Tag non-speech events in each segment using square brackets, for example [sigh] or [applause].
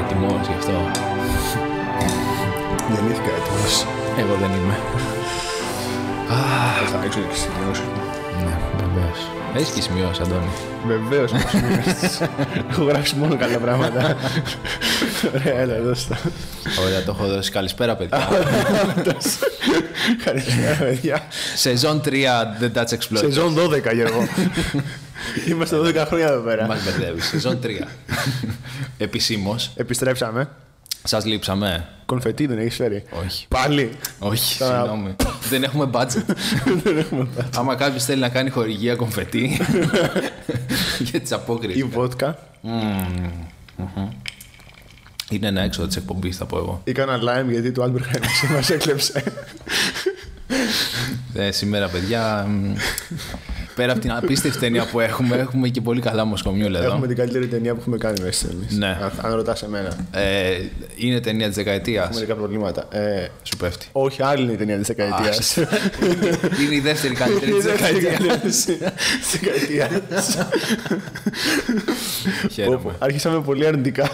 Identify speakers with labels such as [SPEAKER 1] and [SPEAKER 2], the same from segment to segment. [SPEAKER 1] έτοιμος γι' αυτό.
[SPEAKER 2] Γεννήθηκα έτοιμος.
[SPEAKER 1] Εγώ δεν είμαι.
[SPEAKER 2] Θα ρίξω και στις σημειώσεις μου.
[SPEAKER 1] Ναι, βεβαίω. Έχει και σημειώσει, Αντώνη.
[SPEAKER 2] [laughs] Βεβαίως μου σημειώσεις. Έχω γράψει μόνο καλά πράγματα. Ωραία, έλα, δώσ' [laughs] τα.
[SPEAKER 1] Ωραία, το έχω δώσει. Καλησπέρα, παιδιά.
[SPEAKER 2] Καλησπέρα, παιδιά.
[SPEAKER 1] Σεζόν 3 The Dutch Explorer.
[SPEAKER 2] Σεζόν 12, Γιώργο. [laughs] Είμαστε 12 χρόνια εδώ πέρα.
[SPEAKER 1] Μας μπερδεύει. Σεζόν 3. Επισήμως.
[SPEAKER 2] Επιστρέψαμε.
[SPEAKER 1] Σας λείψαμε.
[SPEAKER 2] Κονφετή δεν έχεις φέρει.
[SPEAKER 1] Όχι.
[SPEAKER 2] Πάλι.
[SPEAKER 1] Όχι,
[SPEAKER 2] Τώρα-
[SPEAKER 1] συγγνώμη. δεν έχουμε budget. Άμα κάποιος θέλει να κάνει χορηγία κομφετή για τις
[SPEAKER 2] Η
[SPEAKER 1] απόκριε.
[SPEAKER 2] βότκα.
[SPEAKER 1] Είναι ένα έξοδο της εκπομπής, θα πω εγώ.
[SPEAKER 2] Έκανα lime γιατί το Albert Heijn μας έκλεψε.
[SPEAKER 1] Ε, σήμερα, παιδιά, μ, πέρα από την απίστευτη ταινία που έχουμε, έχουμε και πολύ καλά μοσκομιούλα εδώ.
[SPEAKER 2] Έχουμε την καλύτερη ταινία που έχουμε κάνει μέσα εμείς.
[SPEAKER 1] Ναι.
[SPEAKER 2] Αν- Αν ρωτάς εμένα.
[SPEAKER 1] Ε, είναι ταινία της δεκαετίας.
[SPEAKER 2] Μερικά προβλήματα. Ε,
[SPEAKER 1] Σου πέφτει.
[SPEAKER 2] όχι, άλλη είναι η ταινία της δεκαετίας.
[SPEAKER 1] είναι η δεύτερη καλύτερη
[SPEAKER 2] [laughs] Ναι,
[SPEAKER 1] τη δεκαετία.
[SPEAKER 2] Της δεκαετίας.
[SPEAKER 1] Χαίρομαι.
[SPEAKER 2] Άρχισαμε πολύ [laughs] αρνητικά.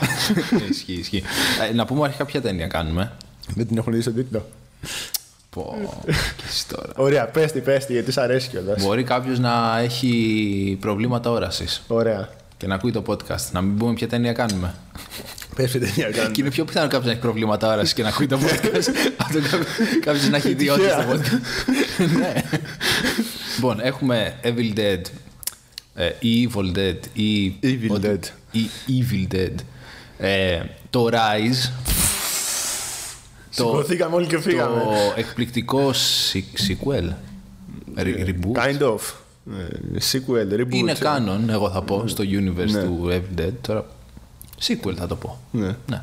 [SPEAKER 1] ισχύει, ισχύει. Ε, να πούμε αρχικά ποια ταινία κάνουμε.
[SPEAKER 2] Δεν την έχω δει στον τίτλο.
[SPEAKER 1] Πω, και εσύ τώρα.
[SPEAKER 2] Ωραία, πες τη, πες τη, γιατί σ' αρέσει κιόλας.
[SPEAKER 1] Μπορεί κάποιος να έχει προβλήματα όρασης
[SPEAKER 2] Ωραία.
[SPEAKER 1] και να ακούει το podcast. Να μην πούμε ποια ταινία κάνουμε.
[SPEAKER 2] Πες την ταινία
[SPEAKER 1] Και είναι πιο πιθανό κάποιος να έχει προβλήματα όρασης και να ακούει το
[SPEAKER 2] [laughs]
[SPEAKER 1] podcast. Αυτό κάποιος να έχει ιδιότητα στο
[SPEAKER 2] Τυχαία.
[SPEAKER 1] podcast. Ναι. Λοιπόν, έχουμε Evil Dead ε, ή Evil Dead ή.
[SPEAKER 2] Evil
[SPEAKER 1] ότι-
[SPEAKER 2] Dead.
[SPEAKER 1] ή Evil Dead. Ε, το Rise. Το,
[SPEAKER 2] Σηκωθήκαμε όλοι και φύγαμε.
[SPEAKER 1] το εκπληκτικό σι- sequel. Re- Reboot.
[SPEAKER 2] Kind of. Ε, Sequel, reboot.
[SPEAKER 1] Είναι canon, εγώ θα πω,
[SPEAKER 2] Ναι.
[SPEAKER 1] στο universe του Evil Dead. Τώρα, sequel θα το πω.
[SPEAKER 2] Ναι.
[SPEAKER 1] Ναι.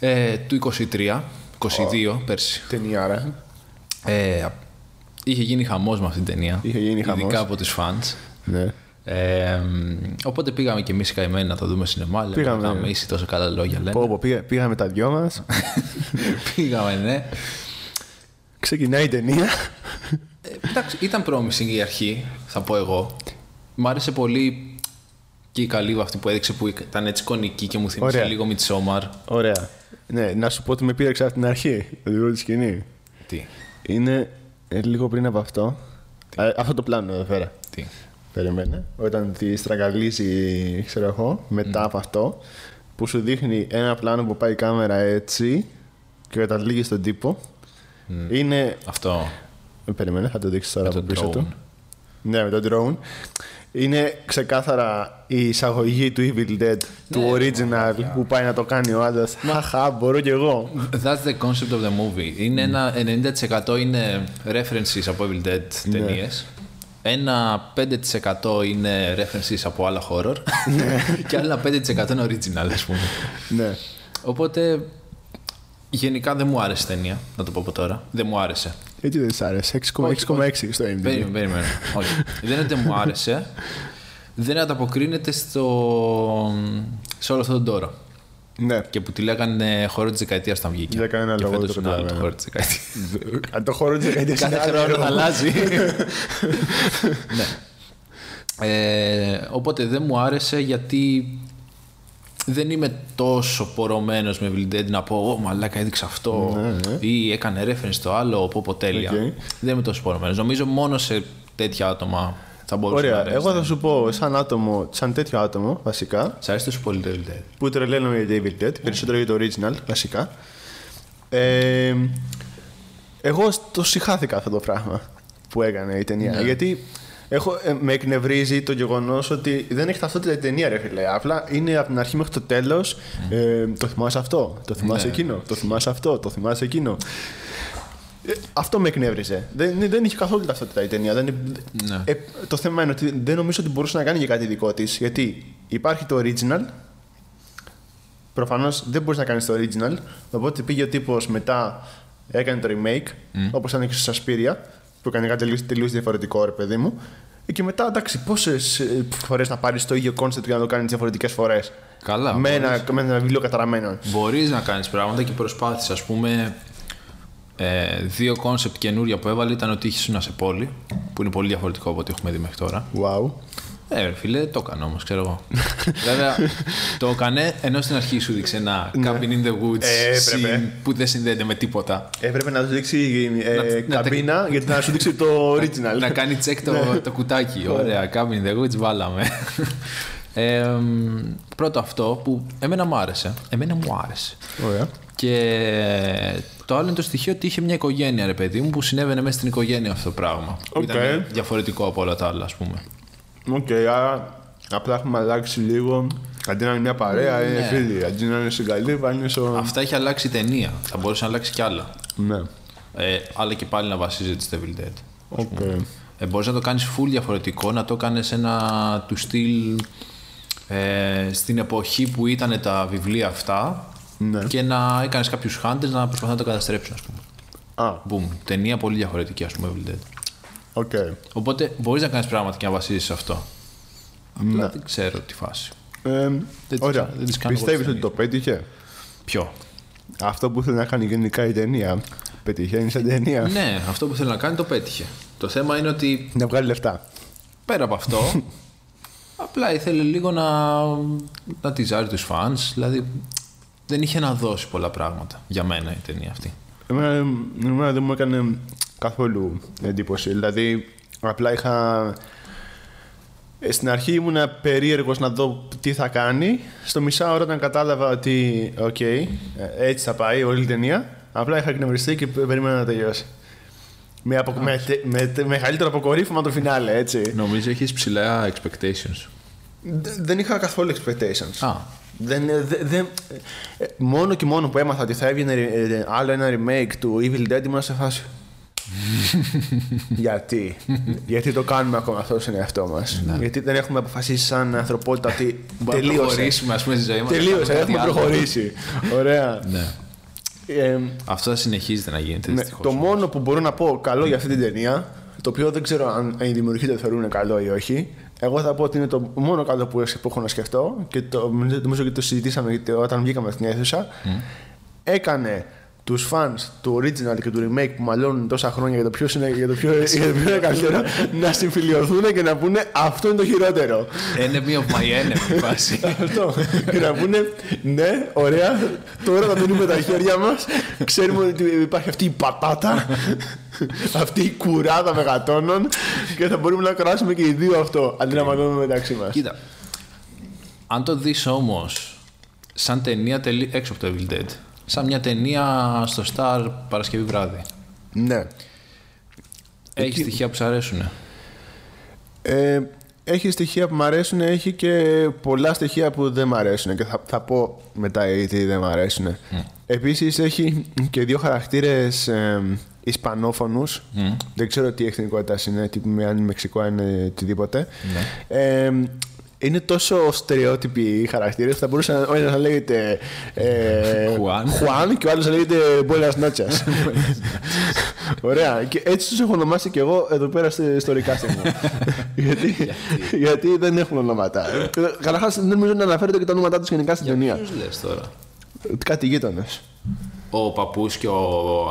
[SPEAKER 1] Ε, του 23, 22 πέρσι.
[SPEAKER 2] Ταινιάρα.
[SPEAKER 1] Ε, είχε γίνει χαμός με αυτή την ταινία.
[SPEAKER 2] Είχε γίνει χαμός.
[SPEAKER 1] Ειδικά από τους fans.
[SPEAKER 2] Ναι.
[SPEAKER 1] Ε, μ, οπότε πήγαμε και εμείς καημένοι να το δούμε σινεμά. λέμε,
[SPEAKER 2] Πήγαμε.
[SPEAKER 1] Να με είσαι τόσο καλά λόγια, λέμε.
[SPEAKER 2] Πω, πω, πήγα- πήγαμε τα δυο μας.
[SPEAKER 1] [laughs] πήγαμε, ναι.
[SPEAKER 2] Ξεκινάει η ταινία.
[SPEAKER 1] Ε, εντάξει, ήταν promising η αρχή, θα πω εγώ. Μ' άρεσε πολύ και η καλύβα αυτή που έδειξε που ήταν έτσι κονική και μου θύμισε
[SPEAKER 2] Ωραία.
[SPEAKER 1] λίγο Μιτσόμαρ.
[SPEAKER 2] Ωραία. Ναι, να σου πω ότι με πήραξε από την αρχή. Το δικό της σκηνή.
[SPEAKER 1] Τι,
[SPEAKER 2] Είναι ε, λίγο πριν από αυτό. Α, αυτό το πλάνο εδώ πέρα.
[SPEAKER 1] τι.
[SPEAKER 2] Περιμένε. Όταν τη στραγγαλίζει, ξέρω εγώ, μετά από αυτό, που σου δείχνει ένα πλάνο που πάει η κάμερα έτσι και καταλήγει στον τύπο. Είναι.
[SPEAKER 1] Αυτό.
[SPEAKER 2] ε, Περιμένε, θα το δείξει τώρα
[SPEAKER 1] το
[SPEAKER 2] από πίσω
[SPEAKER 1] drone.
[SPEAKER 2] του. Ναι, με τον drone. Είναι ξεκάθαρα η εισαγωγή του Evil Dead, του original, που πάει να το κάνει ο άντρας. Χαχά, μπορώ κι εγώ.
[SPEAKER 1] That's the concept of the movie. Είναι ένα 90% είναι references από Evil Dead ταινίες. Ένα 5% είναι references από άλλα horror. [laughs] και άλλα 5% είναι original, ας πούμε.
[SPEAKER 2] ναι.
[SPEAKER 1] Οπότε γενικά δεν μου άρεσε η ταινία, να το πω από τώρα. Δεν μου άρεσε.
[SPEAKER 2] Έτσι δεν σ' άρεσε. 6,6 στο IMDb.
[SPEAKER 1] Περίμενε, περίμενε. Όχι. δεν είναι ότι δεν μου [laughs] άρεσε. Δεν ανταποκρίνεται στο... σε όλο αυτόν τον τόρο.
[SPEAKER 2] Ναι.
[SPEAKER 1] Και που τη λέγανε χώρο της δεκαετίας όταν βγήκε.
[SPEAKER 2] Για κανένα
[SPEAKER 1] Και
[SPEAKER 2] λόγο δεν
[SPEAKER 1] φέτος
[SPEAKER 2] το
[SPEAKER 1] είναι άλλο
[SPEAKER 2] καταλαβαίνω.
[SPEAKER 1] χώρο της δεκαετίας.
[SPEAKER 2] Αν το χώρο της δεκαετίας
[SPEAKER 1] Κάθε
[SPEAKER 2] είναι άλλο
[SPEAKER 1] χρόνο
[SPEAKER 2] έργο. [laughs]
[SPEAKER 1] αλλάζει. ναι. Ε, οπότε δεν μου άρεσε γιατί δεν είμαι τόσο πορωμένος με Evil Dead να πω «Ω, μαλάκα έδειξε αυτό» ή «Έκανε reference το άλλο, πω πω τέλεια».
[SPEAKER 2] Ναι, Οκ.
[SPEAKER 1] Δεν είμαι τόσο πορωμένος. Νομίζω μόνο σε τέτοια άτομα θα μπορούσε να
[SPEAKER 2] Ωραία.
[SPEAKER 1] αρέσει.
[SPEAKER 2] Εγώ θα ναι. σου πω, σαν άτομο, σαν τέτοιο άτομο βασικά,
[SPEAKER 1] Σ' αρέσει τόσο πολύ το Evil Dead.
[SPEAKER 2] που τρελαίνομαι για David Dead, περισσότερο για το original βασικά. Ε, εγώ το συχάθηκα αυτό το πράγμα που έκανε η ταινία. Γιατί έχω, ε, με εκνευρίζει το γεγονός ότι δεν έχει ταυτότητα η ταινία, ρε φίλε. Απλά είναι από την αρχή μέχρι το τέλος. Ε, το θυμάσαι αυτό, το θυμάσαι εκείνο, το θυμάσαι αυτό, το θυμάσαι εκείνο. Ε, αυτό με εκνεύριζε. Δεν, δεν είχε καθόλου ταυτότητα η ταινία. Δεν,
[SPEAKER 1] Ναι.
[SPEAKER 2] ε, το θέμα είναι ότι δεν νομίζω ότι μπορούσε να κάνει και κάτι δικό της. Γιατί υπάρχει το original. Προφανώς δεν μπορείς να κάνεις το original. Οπότε πήγε ο τύπος μετά, έκανε το remake. Όπως ήταν και στο Σασπίρια, που έκανε κάτι τελείως τελείως διαφορετικό, ρε παιδί μου. Και μετά, εντάξει, πόσες φορές να πάρεις το ίδιο concept και να το κάνεις διαφορετικές φορές.
[SPEAKER 1] Καλά.
[SPEAKER 2] Με, ένα- με ένα βιβλίο καταραμένο.
[SPEAKER 1] Μπορείς να κάνεις πράγματα και προσπάθησε. Ας πούμε, ε, δύο κόνσεπτ καινούρια που έβαλε ήταν ότι είχε να σε πόλη, που είναι πολύ διαφορετικό από ό,τι έχουμε δει μέχρι τώρα.
[SPEAKER 2] Wow.
[SPEAKER 1] Ε, ρε φίλε, το έκανα όμως, ξέρω
[SPEAKER 2] [laughs]
[SPEAKER 1] εγώ. Βέβαια, το έκανε ενώ στην αρχή σου δείξε ένα Cabin in the Woods
[SPEAKER 2] Ναι. Ε,
[SPEAKER 1] scene
[SPEAKER 2] έπρεπε.
[SPEAKER 1] που δεν συνδέεται με τίποτα.
[SPEAKER 2] Έπρεπε να σου δείξει ε,
[SPEAKER 1] Να- να τα-
[SPEAKER 2] καμπίνα γιατί να σου δείξει το original. Ναι.
[SPEAKER 1] να κάνει check το, το κουτάκι. Ωραία, Cabin in the Woods, βάλαμε. [laughs] Ε, μ, πρώτο αυτό που εμένα μου άρεσε. Εμένα μου άρεσε.
[SPEAKER 2] Ωραία.
[SPEAKER 1] Και το άλλο είναι το στοιχείο ότι είχε μια οικογένεια, ρε παιδί μου, που συνέβαινε μέσα στην οικογένεια αυτό το πράγμα. Που
[SPEAKER 2] Οκ.
[SPEAKER 1] Ήταν διαφορετικό από όλα τα άλλα, ας πούμε.
[SPEAKER 2] Οκ, άρα απλά έχουμε αλλάξει λίγο. Αντί να είναι μια παρέα, είναι
[SPEAKER 1] Ναι.
[SPEAKER 2] φίλοι. Αντί να είναι στην καλύβα, είναι στο.
[SPEAKER 1] Αυτά είχε αλλάξει η ταινία. Θα μπορούσε να αλλάξει κι άλλα.
[SPEAKER 2] Ναι.
[SPEAKER 1] Ε, αλλά και πάλι να βασίζεται στο Devil Dead.
[SPEAKER 2] Οκ.
[SPEAKER 1] Ε, Μπορείς να το κάνεις full διαφορετικό, να το έκανε ένα του στυλ ε, στην εποχή που ήταν τα βιβλία αυτά
[SPEAKER 2] Ναι.
[SPEAKER 1] και να έκανες κάποιους χάντες να προσπαθούν να το καταστρέψουν, ας πούμε.
[SPEAKER 2] Α,
[SPEAKER 1] Boom. Ταινία πολύ διαφορετική, ας πούμε, Evil Dead.
[SPEAKER 2] οκ.
[SPEAKER 1] Οπότε μπορείς να κάνεις πράγματα και να βασίζεσαι σε αυτό. Απλά
[SPEAKER 2] ναι.
[SPEAKER 1] δεν ξέρω τη φάση.
[SPEAKER 2] Ε,
[SPEAKER 1] τις-
[SPEAKER 2] Ωραία.
[SPEAKER 1] δεν τις κάνω
[SPEAKER 2] Πιστεύει
[SPEAKER 1] εγώ
[SPEAKER 2] ότι το πέτυχε.
[SPEAKER 1] Ποιο.
[SPEAKER 2] Αυτό που ήθελε να κάνει γενικά η ταινία. Πετυχαίνει σαν ταινία.
[SPEAKER 1] ναι, αυτό που θέλει να κάνει το πέτυχε. Το θέμα είναι ότι
[SPEAKER 2] Να βγάλει λεφτά.
[SPEAKER 1] πέρα από αυτό,
[SPEAKER 2] [laughs]
[SPEAKER 1] απλά ήθελε λίγο να, να τυζάρει τους φανς, δηλαδή δεν είχε να δώσει πολλά πράγματα για μένα η ταινία αυτή.
[SPEAKER 2] Εμένα, εμένα δεν μου έκανε καθόλου εντύπωση. Δηλαδή, απλά είχα. ε, Στην αρχή ήμουνα περίεργος να δω τι θα κάνει. Στο μισά ώρα όταν κατάλαβα ότι οκ, ε, έτσι θα πάει όλη η ταινία, απλά είχα εκνευριστεί και πε- περίμενα να τελειώσει. Με, απο... με, τε- με, τε- μεγαλύτερο αποκορύφωμα το φινάλε, έτσι.
[SPEAKER 1] Νομίζω έχεις ψηλά expectations.
[SPEAKER 2] Δε- Δεν είχα καθόλου expectations.
[SPEAKER 1] Α,
[SPEAKER 2] Δεν, δε- δεν- ε, μόνο και μόνο που έμαθα ότι θα έβγαινε ε, ε, άλλο ένα remake του Evil Dead ήμουν σε φάση. γιατί, γιατί το κάνουμε ακόμα αυτό στον εαυτό μας. Γιατί δεν έχουμε αποφασίσει σαν ανθρωπότητα ότι
[SPEAKER 1] Ναι. μπορούμε να
[SPEAKER 2] τελείωσε.
[SPEAKER 1] προχωρήσουμε ας πούμε στη ζωή μας. να
[SPEAKER 2] Τελείωσε,
[SPEAKER 1] κάνουμε
[SPEAKER 2] έχουμε
[SPEAKER 1] κάτι άλλο.
[SPEAKER 2] προχωρήσει. Ωραία.
[SPEAKER 1] Ναι.
[SPEAKER 2] Ε,
[SPEAKER 1] Αυτό θα συνεχίζεται να γίνεται
[SPEAKER 2] ναι,
[SPEAKER 1] δυστυχώς.
[SPEAKER 2] το μόνο που μπορώ να πω καλό για αυτή την ταινία, το οποίο δεν ξέρω αν οι δημιουργοί το θεωρούν καλό ή όχι, εγώ θα πω ότι είναι το μόνο καλό που που έχω να σκεφτώ και το, νομίζω και το συζητήσαμε γιατί όταν βγήκαμε στην αίθουσα. Έκανε τους fans του original και του remake που μαλώνουν τόσα χρόνια για το ποιος είναι, για το ποιο, για το ποιο είναι καλύτερο να συμφιλειωθούν και να πούνε αυτό είναι το χειρότερο.
[SPEAKER 1] Enemy of my
[SPEAKER 2] [laughs]
[SPEAKER 1] enemy φάση.
[SPEAKER 2] Αυτό. Και να πούνε, ναι, ωραία, τώρα θα δίνουμε τα χέρια μας. Ξέρουμε ότι υπάρχει αυτή η πατάτα, αυτή η κουράδα μεγατόνων και θα μπορούμε να κράσουμε και οι δύο αυτό αντί να μαλώνουμε μεταξύ μας.
[SPEAKER 1] Κοίτα, αν το δεις όμως σαν ταινία τελεί- έξω από το Evil Dead, σαν μια ταινία στο Star Παρασκευή βράδυ,
[SPEAKER 2] Ναι.
[SPEAKER 1] έχει στοιχεία που σ' αρέσουνε.
[SPEAKER 2] Ε, έχει στοιχεία που μου αρέσουν, έχει και πολλά στοιχεία που δεν μου αρέσουν και θα, θα πω μετά γιατί δεν μου αρέσουν. Επίσης έχει και δύο χαρακτήρες ε, ισπανόφωνους. Δεν ξέρω τι εθνικότητας είναι, τι, αν είναι Μεξικό, αν είναι οτιδήποτε. Ε, είναι τόσο στερεότυποι οι χαρακτήρες που θα μπορούσε να- ο ένας να λέγεται ε,
[SPEAKER 1] Χουάν.
[SPEAKER 2] Χουάν και ο άλλος να λέγεται Μπόλα Νάτσα.
[SPEAKER 1] [laughs]
[SPEAKER 2] Ωραία. Και έτσι τους έχω ονομάσει και εγώ εδώ πέρα στη- στο recasting
[SPEAKER 1] [laughs]
[SPEAKER 2] μου. γιατί, γιατί δεν έχουν ονόματα. Καταρχάς, δεν νομίζω να αναφέρεται και τα ονόματά τους γενικά στην ταινία.
[SPEAKER 1] Ποιους λες τώρα.
[SPEAKER 2] Κάτι γείτονες.
[SPEAKER 1] Ο παππούς και ο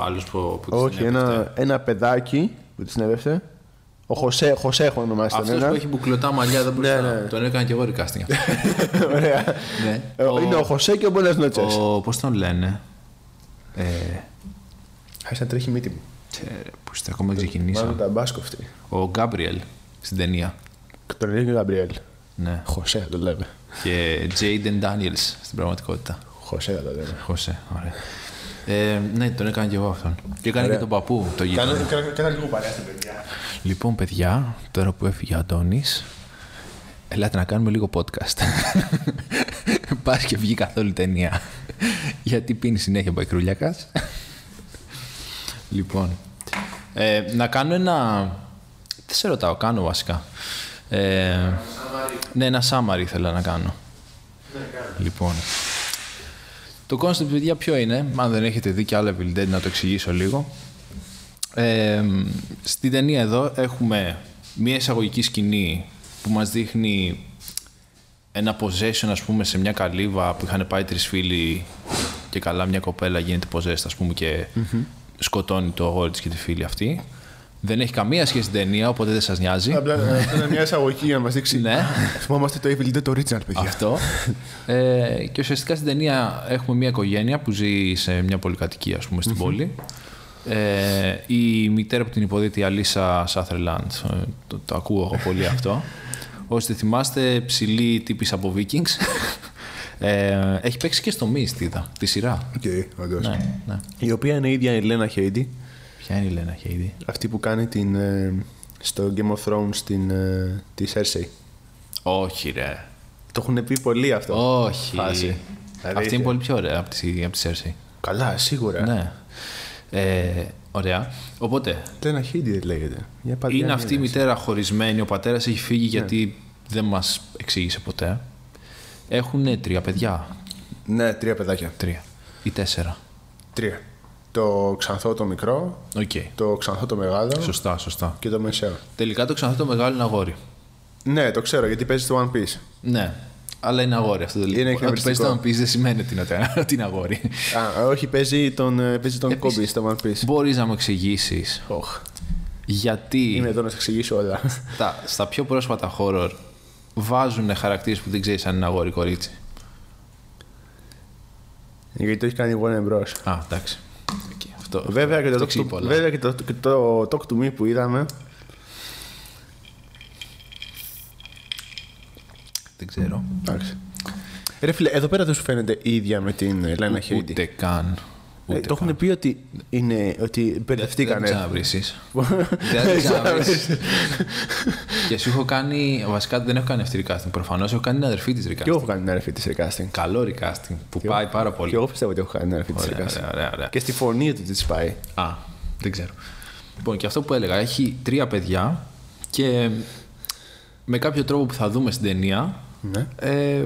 [SPEAKER 1] άλλος που, που της
[SPEAKER 2] Όχι,
[SPEAKER 1] την έπεφτε.
[SPEAKER 2] ένα, ένα παιδάκι που τη συνέβευε. Ο Χωσέ, Χωσέ έχω ονομάσει τον
[SPEAKER 1] Αυτός
[SPEAKER 2] ένα.
[SPEAKER 1] που έχει μπουκλωτά μαλλιά εδώ μπροστά.
[SPEAKER 2] Ναι, ναι.
[SPEAKER 1] Τον έκανα και εγώ recasting. αυτό.
[SPEAKER 2] [laughs] Ωραία.
[SPEAKER 1] ναι.
[SPEAKER 2] Ε, Είναι ο Χωσέ και ο Μπόλα Νότσε.
[SPEAKER 1] Ο, πώς τον λένε. Ε,
[SPEAKER 2] Χάρη να τρέχει η μύτη μου.
[SPEAKER 1] ξέρε, πώς τα ακόμα δεν ξεκινήσα.
[SPEAKER 2] Μάλλον τα μπάσκο αυτή.
[SPEAKER 1] Ο Γκάμπριελ στην ταινία.
[SPEAKER 2] Τον λέει και ο Γαμπριέλ.
[SPEAKER 1] Ναι.
[SPEAKER 2] Χωσέ το λέμε.
[SPEAKER 1] Και Jaden Daniels στην πραγματικότητα.
[SPEAKER 2] Χωσέ θα το λέμε.
[SPEAKER 1] Χωσέ, ωραία. Ε, ναι, τον έκανα και εγώ αυτόν. Και έκανα και τον παππού, το γείτονα.
[SPEAKER 2] Κάνα λίγο παρέα στην παιδιά.
[SPEAKER 1] Λοιπόν, παιδιά, τώρα που έφυγε ο Αντώνης, ελάτε να κάνουμε λίγο podcast. [laughs] Πας και βγει καθόλου ταινία. Γιατί πίνει συνέχεια μπαϊκρούλιακας. λοιπόν, ε, να κάνω ένα... Δεν σε ρωτάω, κάνω βασικά. Ε, ναι, ένα summary ήθελα να κάνω. Λοιπόν, το concept, παιδιά, ποιο είναι, αν δεν έχετε δει και άλλα Evil Dead, να το εξηγήσω λίγο. Ε, στην ταινία εδώ έχουμε μια εισαγωγική σκηνή που μας δείχνει ένα possession ας πούμε σε μια καλύβα που είχαν πάει τρεις φίλοι και καλά μια κοπέλα γίνεται possessed ας πούμε και σκοτώνει το αγόρι της και τη φίλη αυτή Δεν έχει καμία σχέση την ταινία, οπότε δεν σας νοιάζει.
[SPEAKER 2] Απλά αυτό είναι μια εισαγωγή για να μας δείξει.
[SPEAKER 1] Ναι.
[SPEAKER 2] Θυμόμαστε το Evil Dead το original, παιδιά.
[SPEAKER 1] [laughs] Αυτό. Ε, και ουσιαστικά στην ταινία έχουμε μια οικογένεια που ζει σε μια πολυκατοικία, ας πούμε, στην πόλη. Ε, η μητέρα που την υποδείται, η Αλίσσα Σάθρελαντ, ε, το, το ακούω εγώ [laughs] πολύ αυτό. Όσοι τη θυμάστε, ψηλή τύπης από [laughs] Vikings. Ε, έχει παίξει και στο Mist, είδα, τη σειρά.
[SPEAKER 2] Οκ, όντως.
[SPEAKER 1] Ναι, ναι.
[SPEAKER 2] Η οποία είναι η ίδια η Ελένα Χέιντι,
[SPEAKER 1] Ποια είναι η Λένα Χέιντι.
[SPEAKER 2] αυτή που κάνει την, ε, στο Game of Thrones την, ε, τη Cersei.
[SPEAKER 1] Όχι, ρε. Δηλαδή
[SPEAKER 2] Το έχουν πει πολύ αυτό.
[SPEAKER 1] Όχι.
[SPEAKER 2] Φάση.
[SPEAKER 1] Αυτή είναι πολύ πιο ωραία από τη, από τη Cersei.
[SPEAKER 2] Καλά, σίγουρα.
[SPEAKER 1] Ναι. Ε, ωραία. Οπότε,
[SPEAKER 2] Ελένα Χέιντι δεν λέγεται. Μια παντιά
[SPEAKER 1] είναι
[SPEAKER 2] μια
[SPEAKER 1] αυτή η μητέρα χωρισμένη, ο πατέρας έχει
[SPEAKER 2] Ναι.
[SPEAKER 1] φύγει γιατί δεν μας εξήγησε ποτέ. Έχουν τρία παιδιά.
[SPEAKER 2] Ναι, τρία παιδάκια.
[SPEAKER 1] Τρία. Ή τέσσερα.
[SPEAKER 2] Τρία. Το ξανθό το μικρό,
[SPEAKER 1] Οκ.
[SPEAKER 2] το ξανθό το μεγάλο
[SPEAKER 1] Σωστά, σωστά.
[SPEAKER 2] και το μεσαίο.
[SPEAKER 1] Τελικά το ξανθό το μεγάλο είναι αγόρι.
[SPEAKER 2] Ναι, το ξέρω γιατί παίζει το One Piece.
[SPEAKER 1] Ναι. Αλλά είναι αγόρι αυτό τελικά.
[SPEAKER 2] Είναι
[SPEAKER 1] Όταν παίζει
[SPEAKER 2] εκνευριστικό.
[SPEAKER 1] το One Piece δεν σημαίνει ότι είναι, ότι- ότι είναι αγόρι.
[SPEAKER 2] Α, όχι, παίζει τον, ε, παίζει τον
[SPEAKER 1] Επίσης.
[SPEAKER 2] Κόμπι στο One Piece.
[SPEAKER 1] Μπορείς να μου εξηγήσεις
[SPEAKER 2] Οχ.
[SPEAKER 1] γιατί
[SPEAKER 2] Είμαι εδώ να σα εξηγήσω
[SPEAKER 1] [laughs]
[SPEAKER 2] όλα.
[SPEAKER 1] στα, στα πιο πρόσφατα horror βάζουν χαρακτήρες που δεν ξέρεις αν είναι αγόρι ή κορίτσι.
[SPEAKER 2] γιατί το έχει κάνει Warner Bros.
[SPEAKER 1] Α, εντάξει. Οκ, Αυτό,
[SPEAKER 2] Βέβαια και το,
[SPEAKER 1] αυτό
[SPEAKER 2] talk
[SPEAKER 1] εξηγεί
[SPEAKER 2] to,
[SPEAKER 1] πολλά.
[SPEAKER 2] βέβαια και το, και το Talk to Me που είδαμε.
[SPEAKER 1] Δεν ξέρω.
[SPEAKER 2] Εντάξει. Ρε φίλε, εδώ πέρα δεν σου φαίνεται η ίδια με την Ελένα Χέιντι.
[SPEAKER 1] Ούτε καν.
[SPEAKER 2] Ε, το έχουν πει ότι, είναι, ότι
[SPEAKER 1] Δεν
[SPEAKER 2] μπερδευτήκανε.
[SPEAKER 1] ξαναβρήσεις.
[SPEAKER 2] [laughs]
[SPEAKER 1] δεν την ξαναβρεις. και σου έχω κάνει. Βασικά δεν έχω κάνει αυτή τη recasting. Προφανώς έχω κάνει την αδερφή της
[SPEAKER 2] Και
[SPEAKER 1] recasting.
[SPEAKER 2] εγώ έχω κάνει την αρφή της recasting.
[SPEAKER 1] Καλό recasting που πάει πάρα πολύ.
[SPEAKER 2] Και εγώ πιστεύω ότι έχω κάνει την αρφή της
[SPEAKER 1] Ωραία,
[SPEAKER 2] recasting.
[SPEAKER 1] ωραία, ωραία, ωραία.
[SPEAKER 2] Και στη φωνή του της πάει.
[SPEAKER 1] Α, δεν ξέρω. Λοιπόν, και αυτό που έλεγα, έχει τρία παιδιά και με κάποιο τρόπο που θα δούμε στην ταινία
[SPEAKER 2] Ναι.
[SPEAKER 1] ε,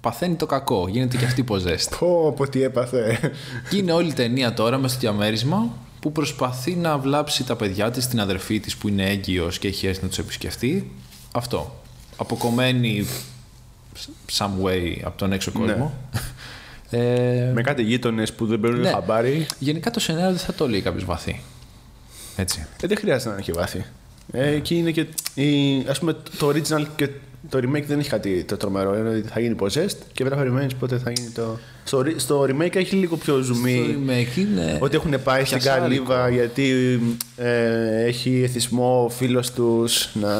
[SPEAKER 1] παθαίνει το κακό. Γίνεται και αυτή ποζέστη.
[SPEAKER 2] Πω, πω τι έπαθε.
[SPEAKER 1] και είναι όλη η ταινία τώρα με στο διαμέρισμα που προσπαθεί να βλάψει τα παιδιά της, την αδερφή της που είναι έγκυος και έχει έρθει να τους επισκεφτεί. Αυτό. Αποκομμένη some way από τον έξω κόσμο. Ε,
[SPEAKER 2] Ναι. με κάτι γείτονες που δεν παίρνουν
[SPEAKER 1] Ναι.
[SPEAKER 2] χαμπάρι.
[SPEAKER 1] γενικά το σενάριο δεν θα το λέει κάποιος βαθύ. Έτσι.
[SPEAKER 2] Ε, δεν χρειάζεται να έχει βάθη. Ε, εκεί είναι και. Η, ας πούμε, το original και το remake δεν έχει κάτι το τρομερό. Είναι ότι θα γίνει possessed και μετά περιμένεις πότε θα γίνει το. Στο, re- στο remake έχει λίγο πιο
[SPEAKER 1] Το
[SPEAKER 2] ζουμί.
[SPEAKER 1] remake είναι...
[SPEAKER 2] Ότι έχουν πάει στην
[SPEAKER 1] πιασάρικο.
[SPEAKER 2] καλύβα γιατί ε, έχει εθισμό ο φίλος τους να...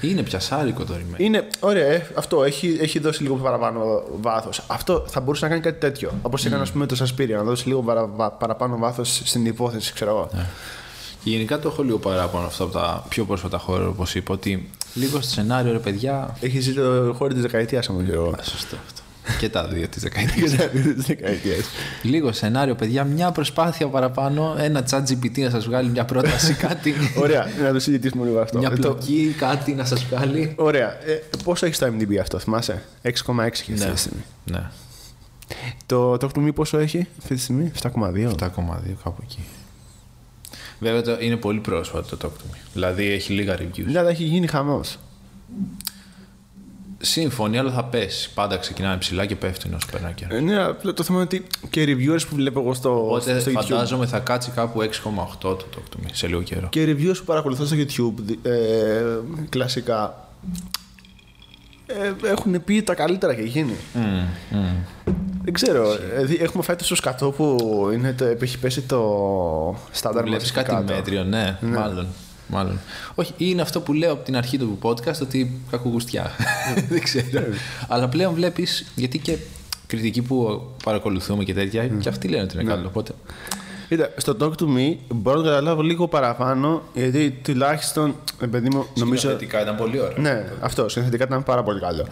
[SPEAKER 1] Είναι πιασάρικο το remake.
[SPEAKER 2] Είναι, ωραία, ε, αυτό έχει, έχει δώσει λίγο παραπάνω βάθος. Αυτό θα μπορούσε να κάνει κάτι τέτοιο. Όπως
[SPEAKER 1] Mm.
[SPEAKER 2] έκανε ας πούμε το Σασπίρια, να δώσει λίγο παρα- παραπάνω βάθος στην υπόθεση, ξέρω εγώ.
[SPEAKER 1] Ναι. Και γενικά το έχω λίγο παράπονο αυτό από τα πιο πρόσφατα χώρα, όπως είπα, ότι λίγο στο σενάριο ρε παιδιά.
[SPEAKER 2] Έχεις ζήσει το χώρο της δεκαετίας, όμως εγώ.
[SPEAKER 1] Σωστό αυτό. και τα δύο της δεκαετίας.
[SPEAKER 2] της δεκαετίας.
[SPEAKER 1] λίγο σενάριο, παιδιά, μια προσπάθεια παραπάνω. Ένα chat GPT να σας βγάλει μια πρόταση, [laughs] κάτι.
[SPEAKER 2] Ωραία, να το συζητήσουμε λίγο αυτό.
[SPEAKER 1] μια
[SPEAKER 2] Ε, το-
[SPEAKER 1] πλοκή, κάτι να σας βγάλει.
[SPEAKER 2] Ωραία. Ε, πόσο έχεις το MDB αυτό, θυμάσαι. 6,6 έχει αυτή τη στιγμή.
[SPEAKER 1] ναι.
[SPEAKER 2] Το Talk to Me πόσο έχει αυτή τη στιγμή, 7,2.
[SPEAKER 1] 7,2 κάπου εκεί. Βέβαια το- είναι πολύ πρόσφατο το Talk to Me. Δηλαδή έχει λίγα reviews.
[SPEAKER 2] Δηλαδή έχει γίνει χαμός.
[SPEAKER 1] Σύμφωνοι, αλλά θα πέσει. Πάντα ξεκινάνε ψηλά και πέφτουν όσο περνάει καιρό.
[SPEAKER 2] Ναι, απλά το θέμα είναι ότι και οι reviewers που βλέπω εγώ στο,
[SPEAKER 1] Οπότε
[SPEAKER 2] στο YouTube.
[SPEAKER 1] φαντάζομαι θα κάτσει κάπου 6,8 το Talk to Me σε λίγο καιρό.
[SPEAKER 2] Και οι reviewers που παρακολουθώ στο YouTube δι- ε, κλασικά ε, έχουν πει τα καλύτερα και γίνει. Δεν ξέρω. ε, δι- Έχουμε φάει τόσο σκατό που είναι το, έχει πέσει το στάνταρ μας
[SPEAKER 1] Βλέπει
[SPEAKER 2] εκεί
[SPEAKER 1] κάτι
[SPEAKER 2] κάτω.
[SPEAKER 1] μέτριο, ναι, Μάλλον, μάλλον. Όχι, είναι αυτό που λέω από την αρχή του podcast ότι κακογουστιά. [laughs] Δεν ξέρω. Αλλά πλέον βλέπεις, γιατί και κριτική που παρακολουθούμε και τέτοια, και αυτοί λένε ότι είναι καλό. Οπότε.
[SPEAKER 2] Κοίτα, στο Talk to Me μπορώ να καταλάβω λίγο παραπάνω γιατί τουλάχιστον ε, παιδί μου, νομίζω.
[SPEAKER 1] Σκηνοθετικά ήταν πολύ ωραίο.
[SPEAKER 2] Ναι, αυτό. Σκηνοθετικά ήταν πάρα πολύ καλό.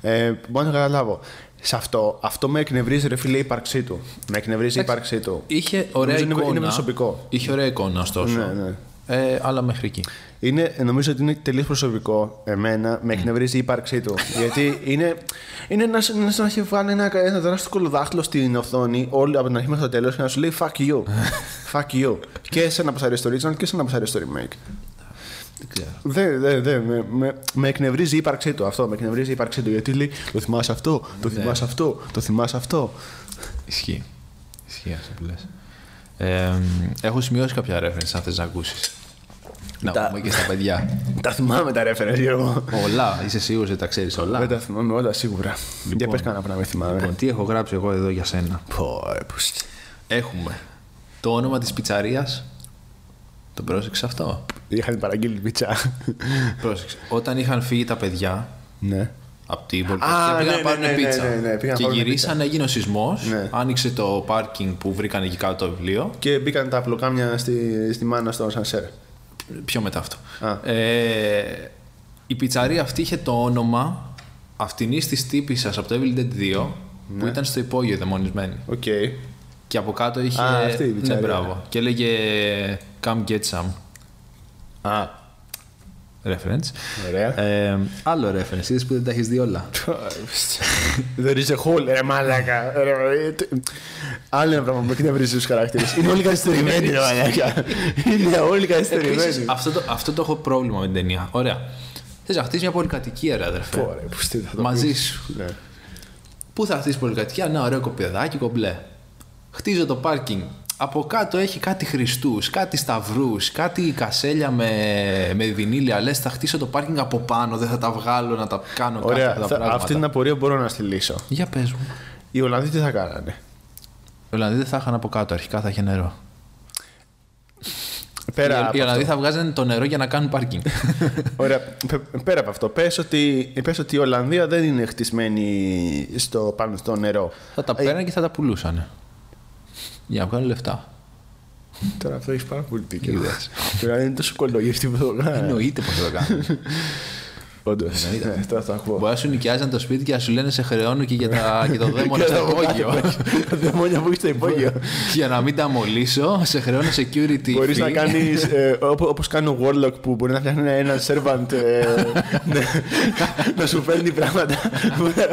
[SPEAKER 2] Ε, μπορώ να καταλάβω. Σε αυτό, αυτό με εκνευρίζει ρε φίλε η ύπαρξή του. Με εκνευρίζει η ύπαρξή του.
[SPEAKER 1] Είχε ωραία
[SPEAKER 2] Νομίζω είναι-
[SPEAKER 1] εικόνα.
[SPEAKER 2] είναι προσωπικό.
[SPEAKER 1] Είχε ωραία εικόνα, ωστόσο.
[SPEAKER 2] Ναι, ναι.
[SPEAKER 1] Ε, αλλά μέχρι εκεί.
[SPEAKER 2] Είναι, νομίζω ότι είναι τελείως προσωπικό. Εμένα με εκνευρίζει η ύπαρξή του. γιατί είναι, είναι ένας- είναι σαν να έχει βάλει ένα, ένα τεράστιο κολοδάχτυλο στην οθόνη όλη από την αρχή μέχρι το τέλος και να σου λέει fuck you. fuck you. και σε να αρέσει το original και σε να αρέσει το remake.
[SPEAKER 1] Δεν ξέρω.
[SPEAKER 2] Δε, δε, δε, με, με, με εκνευρίζει η ύπαρξή του αυτό. Με εκνευρίζει η ύπαρξή του γιατί λέει Το θυμάσαι αυτό, το
[SPEAKER 1] Ναι.
[SPEAKER 2] θυμάσαι αυτό, το θυμάσαι αυτό.
[SPEAKER 1] Ισχύει. Ε, Ισχύει αυτό που λες. έχω σημειώσει κάποια reference αν θε να ακούσει. Να
[SPEAKER 2] Τα-
[SPEAKER 1] πούμε και στα
[SPEAKER 2] [laughs]
[SPEAKER 1] παιδιά.
[SPEAKER 2] Τα θυμάμαι τα reference, Γιώργο.
[SPEAKER 1] Όλα, είσαι σίγουρος ότι τα ξέρεις όλα.
[SPEAKER 2] Δεν τα θυμάμαι όλα σίγουρα. Για πες κανένα πράγμα, θυμάμαι.
[SPEAKER 1] Λοιπόν, τι έχω γράψει εγώ εδώ για σένα.
[SPEAKER 2] Πω, ρε, πούστη.
[SPEAKER 1] Έχουμε το όνομα της πιτσαρίας. Το πρόσεξες αυτό.
[SPEAKER 2] Είχαν παραγγείλει πίτσα.
[SPEAKER 1] πρόσεξε. Όταν είχαν φύγει τα παιδιά
[SPEAKER 2] ναι.
[SPEAKER 1] από την πολιτική
[SPEAKER 2] Α,
[SPEAKER 1] πήγαν
[SPEAKER 2] ναι,
[SPEAKER 1] να πάρουν
[SPEAKER 2] ναι, ναι,
[SPEAKER 1] πίτσα.
[SPEAKER 2] ναι, ναι, ναι, πήγαν να
[SPEAKER 1] και
[SPEAKER 2] πάρουν
[SPEAKER 1] γυρίσανε, έγινε ο σεισμός.
[SPEAKER 2] Ναι.
[SPEAKER 1] Άνοιξε το πάρκινγκ που βρήκαν εκεί κάτω το βιβλίο.
[SPEAKER 2] Και μπήκαν τα πλοκάμια στη, στη μάνα στο σανσέρ.
[SPEAKER 1] Πιο μετά αυτό.
[SPEAKER 2] Α.
[SPEAKER 1] Ε, η πιτσαρία αυτή είχε το όνομα αυτινής της τύπης σας από το Evil Dead 2 που
[SPEAKER 2] Ναι.
[SPEAKER 1] ήταν στο υπόγειο δαιμονισμένη.
[SPEAKER 2] Οκ.
[SPEAKER 1] Και από κάτω είχε.
[SPEAKER 2] Α, αυτή η
[SPEAKER 1] ναι,
[SPEAKER 2] πιτσαρία.
[SPEAKER 1] μπράβο. Και έλεγε Come get some.
[SPEAKER 2] Α,
[SPEAKER 1] Reference.
[SPEAKER 2] ωραία.
[SPEAKER 1] Ε, άλλο reference, είδες που δεν τα έχεις δει όλα.
[SPEAKER 2] There is a hole, ρε μαλάκα. Ρε, ε, τε- Άλλο ένα πράγμα που με εκνευρίζει τους χαρακτήρες. Είναι
[SPEAKER 1] [laughs]
[SPEAKER 2] όλοι καθυστερημένοι, ρε μαλάκα. Είναι όλοι καθυστερημένοι.
[SPEAKER 1] Ναι, Επίσης, αυτό, το, αυτό το έχω πρόβλημα με την ταινία. Ωραία. Θες να χτίσεις μια πολυκατοικία, ρε αδερφέ.
[SPEAKER 2] Πω, ρε, πούστη, θα το
[SPEAKER 1] Μαζί
[SPEAKER 2] πει.
[SPEAKER 1] σου.
[SPEAKER 2] Ναι.
[SPEAKER 1] Πού θα χτίσεις πολυκατοικία, ένα ωραίο κοπεδάκι κομπλέ. Χτίζω το πάρκινγκ. Από κάτω έχει κάτι Χριστούς, κάτι Σταυρούς, κάτι κασέλια με, με βινίλια. Λες, θα χτίσω το πάρκινγκ από πάνω, δεν θα τα βγάλω να τα κάνω κάτι
[SPEAKER 2] Ωραία,
[SPEAKER 1] αυτά τα
[SPEAKER 2] θα-
[SPEAKER 1] πράγματα.
[SPEAKER 2] αυτή την απορία μπορώ να στη λύσω.
[SPEAKER 1] Για πες μου.
[SPEAKER 2] Οι Ολλανδοί τι θα κάνανε.
[SPEAKER 1] Οι Ολλανδοί δεν θα είχαν από κάτω, αρχικά θα είχε νερό.
[SPEAKER 2] Πέρα
[SPEAKER 1] Οι-
[SPEAKER 2] από
[SPEAKER 1] Οι Ολλανδοί θα βγάζανε το νερό για να κάνουν
[SPEAKER 2] [laughs]
[SPEAKER 1] πάρκινγκ.
[SPEAKER 2] Ωραία. Πε- Πέρα από αυτό, πες ότι, πες ότι η Ολλανδία δεν είναι χτισμένη στο, πάνω στο νερό.
[SPEAKER 1] θα τα παίρνανε και θα τα πουλούσαν. Για να βγάλουν λεφτά.
[SPEAKER 2] Τώρα αυτό έχεις πάρα πολύ δίκιο. Τώρα είναι τόσο κολογιστή που το κάνει.
[SPEAKER 1] Εννοείται πως θα το κάνουν.
[SPEAKER 2] Όντως. Τώρα το ακούω.
[SPEAKER 1] Μπορεί να σου νοικιάζαν το σπίτι και να σου λένε σε χρεώνω και για, τα, για
[SPEAKER 2] [laughs]
[SPEAKER 1] το δαίμονα στο υπόγειο.
[SPEAKER 2] Τα δαιμόνια που έχει στο υπόγειο.
[SPEAKER 1] για να μην τα μολύσω, σε χρεώνω security.
[SPEAKER 2] Μπορείς να
[SPEAKER 1] fee.
[SPEAKER 2] κάνεις όπω κάνει ο Warlock που μπορεί να φτιάχνει έναν servant ε,
[SPEAKER 1] [laughs]
[SPEAKER 2] ναι, να σου φέρνει πράγματα.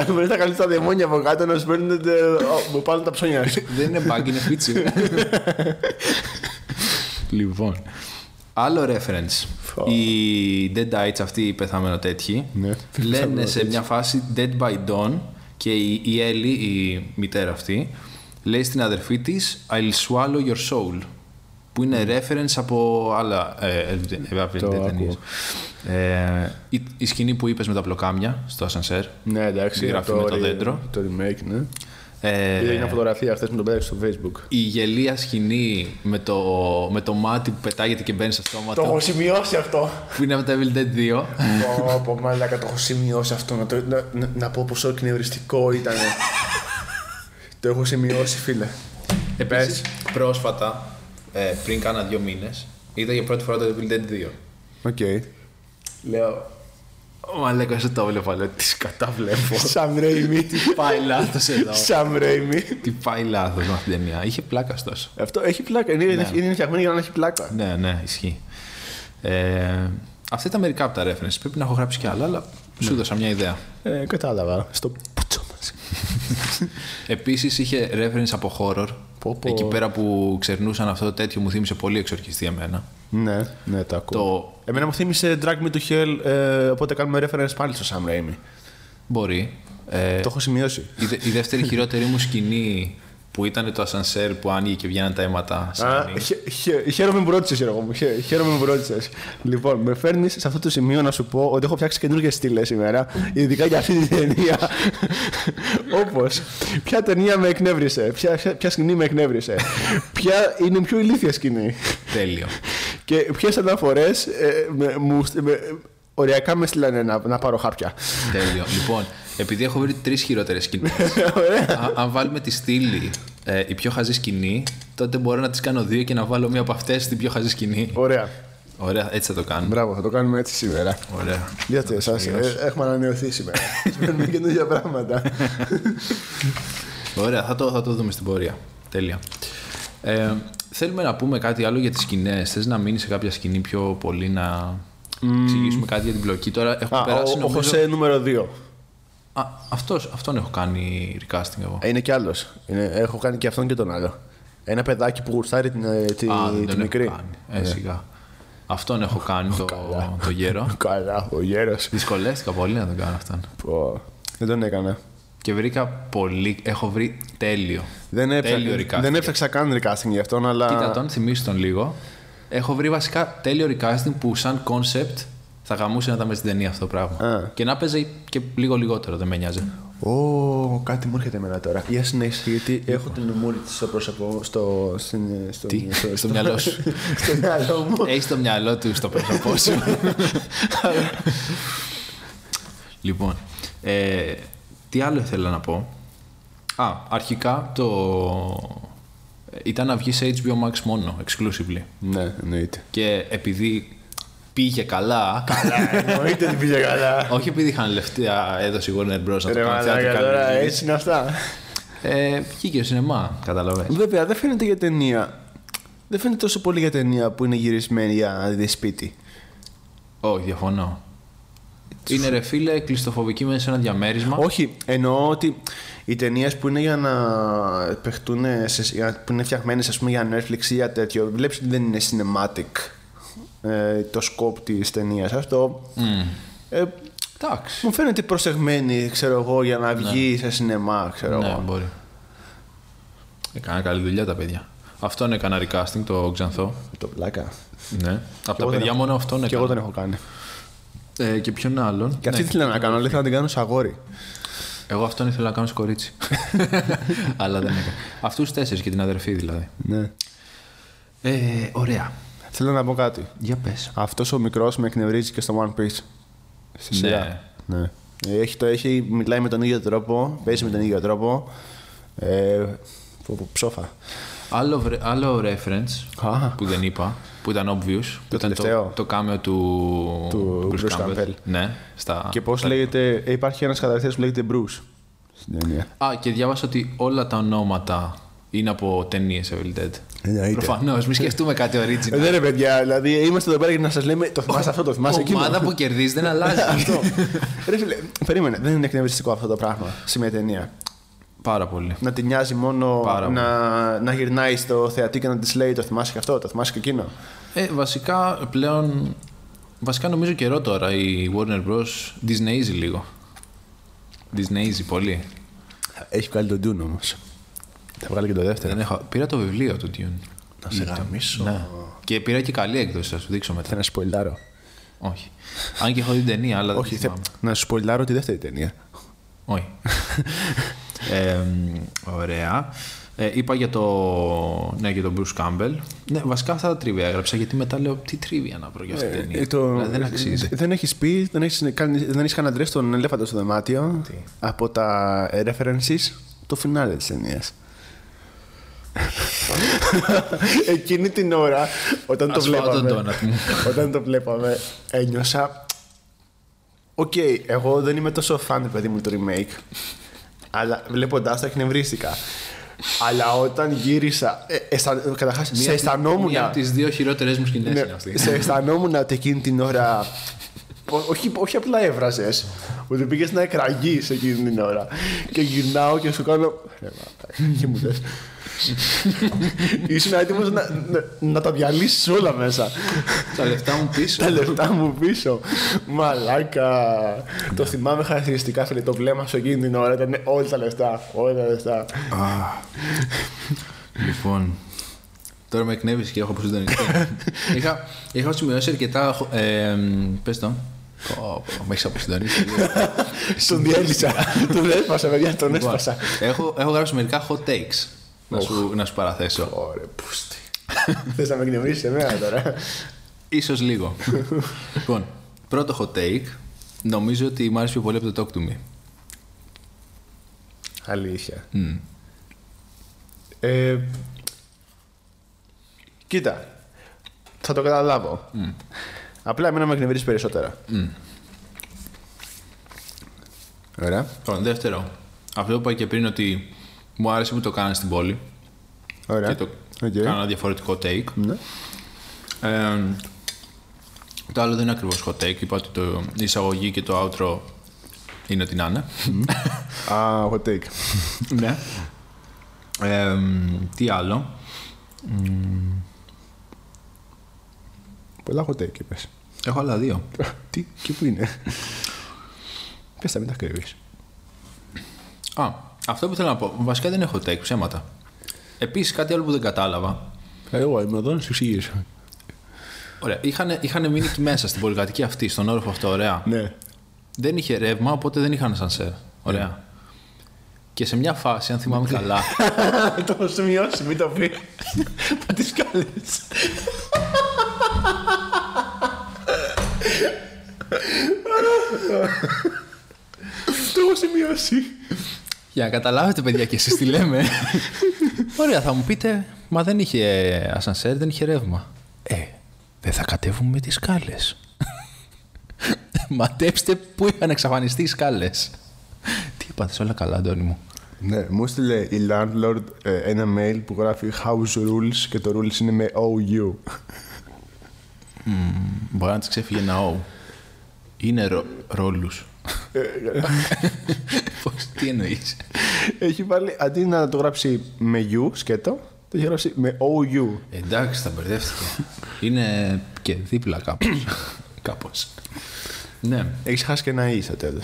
[SPEAKER 2] Μπορεί να κάνει τα δαιμόνια από κάτω να σου φέρνουν ε, ο, πάνω τα ψώνια σου.
[SPEAKER 1] Δεν είναι bug, είναι feature. λοιπόν. Άλλο reference.
[SPEAKER 2] Φω.
[SPEAKER 1] Οι Dead Eyes, αυτοί οι πεθαμένο τέτοιοι,
[SPEAKER 2] Ναι.
[SPEAKER 1] λένε σε μια φάση Dead by Dawn και η, η Ellie, η μητέρα αυτή, λέει στην αδερφή της I'll swallow your soul. Που είναι reference από άλλα. Ε, ε, Evil Dead
[SPEAKER 2] ακούω.
[SPEAKER 1] ταινίες. ε, η, η σκηνή που είπες με τα πλοκάμια στο ασανσέρ.
[SPEAKER 2] Ναι, εντάξει.
[SPEAKER 1] Γράφει
[SPEAKER 2] αυτό
[SPEAKER 1] με το
[SPEAKER 2] ρε-
[SPEAKER 1] δέντρο.
[SPEAKER 2] Το remake, ναι.
[SPEAKER 1] Ε,
[SPEAKER 2] Είδα μια φωτογραφία χθες με τον πέταξε στο Facebook.
[SPEAKER 1] η γελία σκηνή με το, με το μάτι που πετάγεται και μπαίνει στο στόμα του,
[SPEAKER 2] σημειώσει αυτό.
[SPEAKER 1] που είναι από τα Evil Dead 2.
[SPEAKER 2] Πω, πω, μαλάκα, το έχω σημειώσει αυτό. Να, το, να, να, να πω πόσο εκνευριστικό ήταν. το έχω σημειώσει, φίλε.
[SPEAKER 1] Επίσης, πρόσφατα, ε, πριν κάνα δύο μήνες, είδα για πρώτη φορά το Evil Dead 2.
[SPEAKER 2] Οκ.
[SPEAKER 1] Λέω, μα λέγω, εσύ το βλέπω, λέω, τις σκατά βλέπω.
[SPEAKER 2] Σαν Ρέιμι.
[SPEAKER 1] τι πάει λάθος εδώ.
[SPEAKER 2] Σαν Ρέιμι.
[SPEAKER 1] τι πάει λάθος με αυτή την ταινία. Είχε πλάκα τόσο.
[SPEAKER 2] Αυτό έχει πλάκα. Είναι, είναι φτιαγμένο για να έχει πλάκα.
[SPEAKER 1] Ναι, ναι, ισχύει. Ε, αυτά ήταν μερικά από τα references. Πρέπει να έχω γράψει κι άλλα, αλλά σου έδωσα μια ιδέα.
[SPEAKER 2] Ε, κατάλαβα. Στο πουτσό μας.
[SPEAKER 1] Επίσης είχε reference από horror.
[SPEAKER 2] Πω, πω.
[SPEAKER 1] Εκεί πέρα που ξερνούσαν αυτό το τέτοιο μου θύμισε πολύ εξορκιστή εμένα.
[SPEAKER 2] Ναι, ναι, τα ακούω.
[SPEAKER 1] Το
[SPEAKER 2] Εμένα μου θύμισε Drag Me to Hell, ε, οπότε κάνουμε reference πάλι στο Sam Raimi.
[SPEAKER 1] μπορεί. Ε,
[SPEAKER 2] Το έχω σημειώσει.
[SPEAKER 1] η, δε- η δεύτερη χειρότερη μου σκηνή που ήταν το ασανσέρ που άνοιγε και βγαίναν τα αίματα.
[SPEAKER 2] Α,
[SPEAKER 1] σαν-
[SPEAKER 2] χε- χε- Χαίρομαι που ρώτησες, Γιώργο μου. Χε- Χαίρομαι που ρώτησες. Λοιπόν, με φέρνεις σε αυτό το σημείο να σου πω ότι έχω φτιάξει καινούργιες στήλες σήμερα, ειδικά για αυτή την [laughs] ταινία. Όπως, ποια ταινία με εκνεύρισε, ποια, ποια, ποια σκηνή με εκνεύρισε, ποια είναι η πιο ηλίθια σκηνή
[SPEAKER 1] Τέλειο.
[SPEAKER 2] και ποιες αναφορές μου. με- οριακά με στείλανε να, να πάρω χάπια.
[SPEAKER 1] Τέλειο. λοιπόν, επειδή έχω βρει τρεις χειρότερες σκηνές.
[SPEAKER 2] [laughs] Ωραία.
[SPEAKER 1] αν βάλουμε τη στήλη ε, η πιο χαζή σκηνή, τότε μπορώ να τις κάνω δύο και να βάλω μία από αυτές την πιο χαζή σκηνή.
[SPEAKER 2] Ωραία.
[SPEAKER 1] Ωραία, έτσι θα το κάνουμε.
[SPEAKER 2] Μπράβο, θα το κάνουμε έτσι σήμερα.
[SPEAKER 1] Ωραία.
[SPEAKER 2] Γιατί εσά ε, έχουμε ανανεωθεί
[SPEAKER 1] [laughs]
[SPEAKER 2] σήμερα. Παίρνουμε καινούργια πράγματα.
[SPEAKER 1] Ωραία, θα το, θα το δούμε στην πορεία. Τέλεια. Ε, θέλουμε να πούμε κάτι άλλο για τις σκηνές. Θες να μείνει σε κάποια σκηνή πιο πολύ να εξηγήσουμε κάτι για την πλοκή. Τώρα έχω
[SPEAKER 2] Α,
[SPEAKER 1] περάσει
[SPEAKER 2] ο, ο
[SPEAKER 1] νομίζω...
[SPEAKER 2] Χωσέ νούμερο 2.
[SPEAKER 1] Α, αυτός, αυτόν έχω κάνει recasting εγώ.
[SPEAKER 2] Ε, Είναι κι άλλος. Έχω κάνει και αυτόν και τον άλλο. Ένα παιδάκι που γουρστάρει την, ε, τη,
[SPEAKER 1] Α, δεν
[SPEAKER 2] τη
[SPEAKER 1] τον
[SPEAKER 2] μικρή. Ναι.
[SPEAKER 1] έχω κάνει. Ε, σιγά. Αυτόν έχω κάνει το,
[SPEAKER 2] καλά.
[SPEAKER 1] το γέρο.
[SPEAKER 2] Καλά, ο γέρος.
[SPEAKER 1] Δυσκολεύτηκα πολύ να τον κάνω αυτόν.
[SPEAKER 2] Δεν τον έκανα.
[SPEAKER 1] Και βρήκα πολύ. Έχω βρει τέλειο.
[SPEAKER 2] Δεν,
[SPEAKER 1] Τέλειο
[SPEAKER 2] έψα,
[SPEAKER 1] recasting.
[SPEAKER 2] δεν έψαξα καν recasting για αυτόν, αλλά.
[SPEAKER 1] Κοίτα τον, θυμίσου τον λίγο. Έχω βρει βασικά τέλειο recasting που σαν concept θα γαμούσε να τα μες στην ταινία αυτό το πράγμα.
[SPEAKER 2] Α.
[SPEAKER 1] Και να παίζει και λίγο λιγότερο, δεν με νοιάζει.
[SPEAKER 2] Ω, κάτι μου έρχεται εμένα τώρα. Για συνέχιση, γιατί έχω την μούρη της στο πρόσωπο, στο, στην, στο,
[SPEAKER 1] Τι? Στο μυαλό
[SPEAKER 2] [laughs]
[SPEAKER 1] σου.
[SPEAKER 2] στο μυαλό μου.
[SPEAKER 1] Έχεις το μυαλό του στο πρόσωπό σου. λοιπόν, ε, τι άλλο ήθελα να πω. Α, αρχικά το... ε, ήταν να βγεις σε HBO Max μόνο, exclusively.
[SPEAKER 2] ναι, εννοείται.
[SPEAKER 1] Και επειδή πήγε καλά,
[SPEAKER 2] Εννοείται ότι πήγε καλά.
[SPEAKER 1] όχι επειδή είχαν λεφτά, έδωσε η Warner Bros. να το
[SPEAKER 2] Ρε
[SPEAKER 1] κάνει
[SPEAKER 2] μαλάκα,
[SPEAKER 1] θεατρικά,
[SPEAKER 2] τώρα
[SPEAKER 1] δηλαδή.
[SPEAKER 2] έτσι είναι αυτά.
[SPEAKER 1] Ε, βγήκε στο σινεμά, καταλαβαίνεις.
[SPEAKER 2] Βέβαια, δεν φαίνεται για ταινία. Δεν φαίνεται τόσο πολύ για ταινία που είναι γυρισμένη για να δεις σπίτι.
[SPEAKER 1] Όχι, διαφωνώ. Είναι ρε φίλε κλειστοφοβική μέσα σε ένα διαμέρισμα.
[SPEAKER 2] Όχι, εννοώ ότι οι ταινίες που είναι για να παιχτούν, σε- για- που είναι φτιαγμένες ας πούμε για Netflix ή για τέτοιο, βλέπεις ότι δεν είναι cinematic ε, το σκόπ της ταινίας. Αυτό. Ε,
[SPEAKER 1] Εντάξει.
[SPEAKER 2] μου φαίνεται προσεγμένη, ξέρω εγώ, για να βγει σε σινεμά, ξέρω
[SPEAKER 1] Ναι,
[SPEAKER 2] εγώ.
[SPEAKER 1] μπορεί. Έκανα καλή δουλειά τα παιδιά. Αυτόν έκανα recasting, το Ξανθό.
[SPEAKER 2] Το πλάκα.
[SPEAKER 1] Ναι. Από τα
[SPEAKER 2] εγώ
[SPEAKER 1] παιδιά
[SPEAKER 2] δεν
[SPEAKER 1] μόνο αυτόν
[SPEAKER 2] Και εγώ
[SPEAKER 1] έκανα.
[SPEAKER 2] τον έχω κάνει.
[SPEAKER 1] Ε, και ποιον άλλον.
[SPEAKER 2] Και αυτή
[SPEAKER 1] Ναι.
[SPEAKER 2] ήθελα να κάνω, αλλά ήθελα να την κάνω σε αγόρι.
[SPEAKER 1] Εγώ αυτόν ήθελα να κάνω σε
[SPEAKER 2] [laughs]
[SPEAKER 1] κορίτσι. Αλλά δεν έκανα. Αυτούς τέσσερις και την αδερφή δηλαδή.
[SPEAKER 2] Ναι.
[SPEAKER 1] Ε, ωραία.
[SPEAKER 2] Θέλω να πω κάτι.
[SPEAKER 1] Για πες.
[SPEAKER 2] Αυτός ο μικρός με εκνευρίζει και στο One Piece. Στη
[SPEAKER 1] Ναι.
[SPEAKER 2] σειρά. Ναι. Έχει, το, έχει, μιλάει με τον ίδιο τρόπο, παίζει με τον ίδιο τρόπο. Ε, πω, πω, ψόφα.
[SPEAKER 1] Άλλο, βρε- άλλο reference
[SPEAKER 2] Α.
[SPEAKER 1] που δεν είπα, που ήταν obvious. που ήταν
[SPEAKER 2] τελευταίο.
[SPEAKER 1] το, το κάμιο του,
[SPEAKER 2] Του Bruce Campbell.
[SPEAKER 1] Ναι, στα...
[SPEAKER 2] και πώς λέγεται. ε, υπάρχει ένας χαρακτήρα που λέγεται Bruce στην ταινία.
[SPEAKER 1] Α, και διάβασα ότι όλα τα ονόματα είναι από ταινίες Evil Dead.
[SPEAKER 2] Εννοείται.
[SPEAKER 1] Προφανώς, μην σκεφτούμε κάτι
[SPEAKER 2] Ε,
[SPEAKER 1] original.
[SPEAKER 2] δεν ρε παιδιά, δηλαδή είμαστε εδώ πέρα για να σας λέμε το θυμάσαι αυτό, το θυμάσαι
[SPEAKER 1] Η
[SPEAKER 2] εκείνο.
[SPEAKER 1] ομάδα που κερδίζεις δεν αλλάζει.
[SPEAKER 2] [laughs] αυτό. ρε φίλε, περίμενε, δεν είναι εκνευριστικό αυτό το πράγμα σε μια ταινία.
[SPEAKER 1] Πάρα πολύ.
[SPEAKER 2] Να την νοιάζει μόνο
[SPEAKER 1] Πάρα
[SPEAKER 2] να, να γυρνάει στο θεατή και να της λέει το θυμάσαι και αυτό, το θυμάσαι και εκείνο.
[SPEAKER 1] Ε, βασικά πλέον. Βασικά νομίζω καιρό τώρα η Warner Bros. Disneyίζει λίγο. Disneyίζει πολύ.
[SPEAKER 2] Έχει βγάλει τον Dune όμως. Θα βγάλει και το δεύτερο.
[SPEAKER 1] Δεν έχω... Πήρα το βιβλίο του Dune.
[SPEAKER 2] Να σε γαμίσω.
[SPEAKER 1] Ναι. Και πήρα και καλή έκδοση, θα σου δείξω μετά.
[SPEAKER 2] Θέλω να σποϊλάρω.
[SPEAKER 1] Όχι. Αν και έχω δει την ταινία, αλλά
[SPEAKER 2] Όχι,
[SPEAKER 1] δεν
[SPEAKER 2] θε...
[SPEAKER 1] θυμάμαι.
[SPEAKER 2] να σου σποϊλάρω τη δεύτερη ταινία. [laughs]
[SPEAKER 1] Όχι. ε, μ, ωραία. Ε, είπα για το, ναι, για τον Bruce Campbell. Ναι, βασικά αυτά τα τρίβια έγραψα, γιατί μετά λέω τι τρίβια να βρω για
[SPEAKER 2] Ε,
[SPEAKER 1] αυτή την ταινία. Δηλαδή, δεν αξίζει.
[SPEAKER 2] Δεν έχεις πει, δεν έχεις κάνει, δεν έχεις καναντρεύσει τον ελέφαντα στο δωμάτιο από τα references το φινάλε της ταινίας. [laughs] Εκείνη την ώρα, όταν το
[SPEAKER 1] Ας φάω τον
[SPEAKER 2] βλέπαμε,
[SPEAKER 1] ντόνατ μου.
[SPEAKER 2] [laughs] όταν το βλέπαμε, ένιωσα Οκ, εγώ δεν είμαι τόσο φαν, παιδί μου, του remake. Αλλά βλέποντάς το, εκνευρίστηκα. Αλλά όταν γύρισα. Ε, αισθαν- καταρχάς, σε αισθανόμουν.
[SPEAKER 1] Μία από τις δύο χειρότερες μου σκηνές
[SPEAKER 2] Ναι,
[SPEAKER 1] είναι αυτή.
[SPEAKER 2] σε αισθανόμουν ότι εκείνη την ώρα. ό- όχι, όχι απλά έβραζες. Ότι πήγες να εκραγείς εκείνη την ώρα. Και γυρνάω και σου κάνω. «Ρε μαλάκα», Και μου λες. Ήσουν έτοιμος να, να, να τα διαλύσεις όλα μέσα.
[SPEAKER 1] Τα λεφτά μου πίσω.
[SPEAKER 2] Τα λεφτά μου πίσω. Μαλάκα. Το θυμάμαι χαρακτηριστικά, φίλε. Το βλέμμα σου εκείνη την ώρα ήταν όλα τα λεφτά. Όλα τα λεφτά.
[SPEAKER 1] λοιπόν, τώρα με εκνεύεις και έχω προσυντονιστεί. είχα, είχα σημειώσει αρκετά... Ε, μ, πες το. Πω, πω, Με έχεις αποσυντονίσει. λίγο.
[SPEAKER 2] Τον διέλυσα. Τον έσπασα, παιδιά. Τον
[SPEAKER 1] Λοιπόν,
[SPEAKER 2] έσπασα.
[SPEAKER 1] έχω, έχω γράψει μερικά hot takes. Να σου, να σου παραθέσω.
[SPEAKER 2] Ωρε, πούστη. [laughs] Θες να με γνωρίσει εμένα τώρα.
[SPEAKER 1] Ίσως λίγο. λοιπόν, πρώτο hot take. Νομίζω ότι μου άρεσε πιο πολύ από το Talk to Me.
[SPEAKER 2] Αλήθεια.
[SPEAKER 1] Μμ.
[SPEAKER 2] Ε, κοίτα. Θα το καταλάβω. Απλά εμένα με εκνευρίζει περισσότερα. Ωραία.
[SPEAKER 1] Λοιπόν, δεύτερο. Αυτό που είπα και πριν ότι μου άρεσε που το κάνει στην πόλη.
[SPEAKER 2] Ωραία.
[SPEAKER 1] Και το
[SPEAKER 2] Ναι. Οκ.
[SPEAKER 1] κάνω ένα διαφορετικό take.
[SPEAKER 2] Ναι.
[SPEAKER 1] Ε, το άλλο δεν είναι ακριβώς hot take. Είπα ότι το, η εισαγωγή και το outro είναι ό,τι να είναι.
[SPEAKER 2] Α, hot take.
[SPEAKER 1] ναι. Ε, τι άλλο.
[SPEAKER 2] Πολλά hot take είπες.
[SPEAKER 1] Έχω άλλα δύο.
[SPEAKER 2] Τι και
[SPEAKER 1] [laughs]
[SPEAKER 2] πού είναι. Πες τα μην τα κρύβεις.
[SPEAKER 1] Α, αυτό που θέλω να πω. Βασικά δεν έχω take, ψέματα. Επίσης, κάτι άλλο που δεν κατάλαβα.
[SPEAKER 2] Εγώ είμαι εδώ να σου εξηγήσω.
[SPEAKER 1] Ωραία. Είχαν, είχαν μείνει εκεί μέσα στην πολυκατοικία αυτή, στον όροφο αυτό. Ωραία.
[SPEAKER 2] Ναι.
[SPEAKER 1] Δεν είχε ρεύμα, οπότε δεν είχαν σανσέρ. Ωραία. Και σε μια φάση, αν θυμάμαι καλά.
[SPEAKER 2] το έχω σημειώσει, μην το πει. Θα τη κάλε. Το έχω σημειώσει.
[SPEAKER 1] Για να καταλάβετε, παιδιά, και εσείς τι λέμε. Ωραία, θα μου πείτε, μα δεν είχε ασανσέρ, δεν είχε ρεύμα. Ε, δεν θα κατέβουμε με τις σκάλες. Ματέψτε που είχαν εξαφανιστεί οι σκάλες. Τι είπατε, όλα καλά, Αντώνη μου.
[SPEAKER 2] Ναι, μου έστειλε η landlord ε, ένα mail που γράφει house rules και το rules είναι με OU.
[SPEAKER 1] Μπορεί να τη ξέφυγε ένα ο. Είναι ρο, ρόλους. τι εννοείς.
[SPEAKER 2] Έχει βάλει, αντί να το γράψει με U, σκέτο, το έχει γράψει με OU.
[SPEAKER 1] Εντάξει, τα μπερδεύτηκα. Είναι και δίπλα κάπως. κάπως. Ναι.
[SPEAKER 2] Έχεις χάσει και ένα E στο τέλος.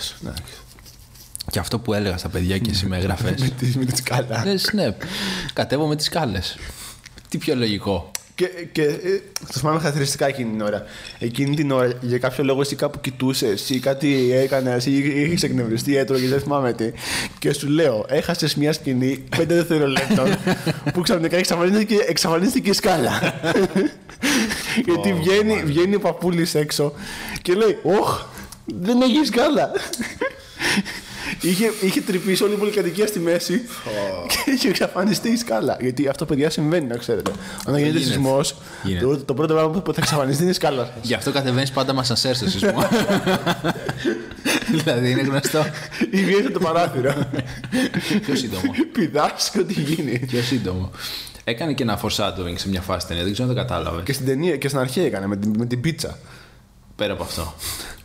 [SPEAKER 1] Και αυτό που έλεγα στα παιδιά και [laughs] εσύ με έγραφες.
[SPEAKER 2] Με τη με τη σκάλα.
[SPEAKER 1] Λες, ναι, κατέβω με τις σκάλες. Τι πιο λογικό.
[SPEAKER 2] Και, και ε, το θυμάμαι χαρακτηριστικά εκείνη την ώρα. Εκείνη την ώρα, για κάποιο λόγο, εσύ κάπου κοιτούσες ή κάτι έκανες, ή είχε εκνευριστεί, έτρωγες, δεν θυμάμαι τι. Και σου λέω, έχασες μια σκηνή 5 δευτερολέπτων που ξαφνικά εξαφανίστηκε, εξαφανίστηκε η σκάλα. Γιατί βγαίνει, βγαίνει ο παππούλης έξω και λέει, Ωχ, δεν έχει σκάλα. είχε, είχε τρυπήσει όλη η πολυκατοικία στη μέση και είχε εξαφανιστεί η σκάλα. Γιατί αυτό, παιδιά, συμβαίνει, να ξέρετε. Όταν γίνεται
[SPEAKER 1] Γίνεται.
[SPEAKER 2] σεισμός,
[SPEAKER 1] Γίνεται.
[SPEAKER 2] το, το πρώτο πράγμα που θα εξαφανιστεί είναι η σκάλα
[SPEAKER 1] [laughs]
[SPEAKER 2] σας.
[SPEAKER 1] Γι' αυτό κατεβαίνεις πάντα μας ασέρ στο σεισμό.
[SPEAKER 2] [laughs]
[SPEAKER 1] δηλαδή είναι γνωστό.
[SPEAKER 2] Ή βγαίνει από το παράθυρο.
[SPEAKER 1] Πιο σύντομο.
[SPEAKER 2] Πηδάς και ό,τι γίνει.
[SPEAKER 1] Πιο σύντομο. Έκανε και ένα foreshadowing σε μια φάση ταινία, δεν ξέρω αν το κατάλαβες.
[SPEAKER 2] Και στην ταινία και στην αρχή έκανε με την, με την πίτσα.
[SPEAKER 1] Πέρα από αυτό.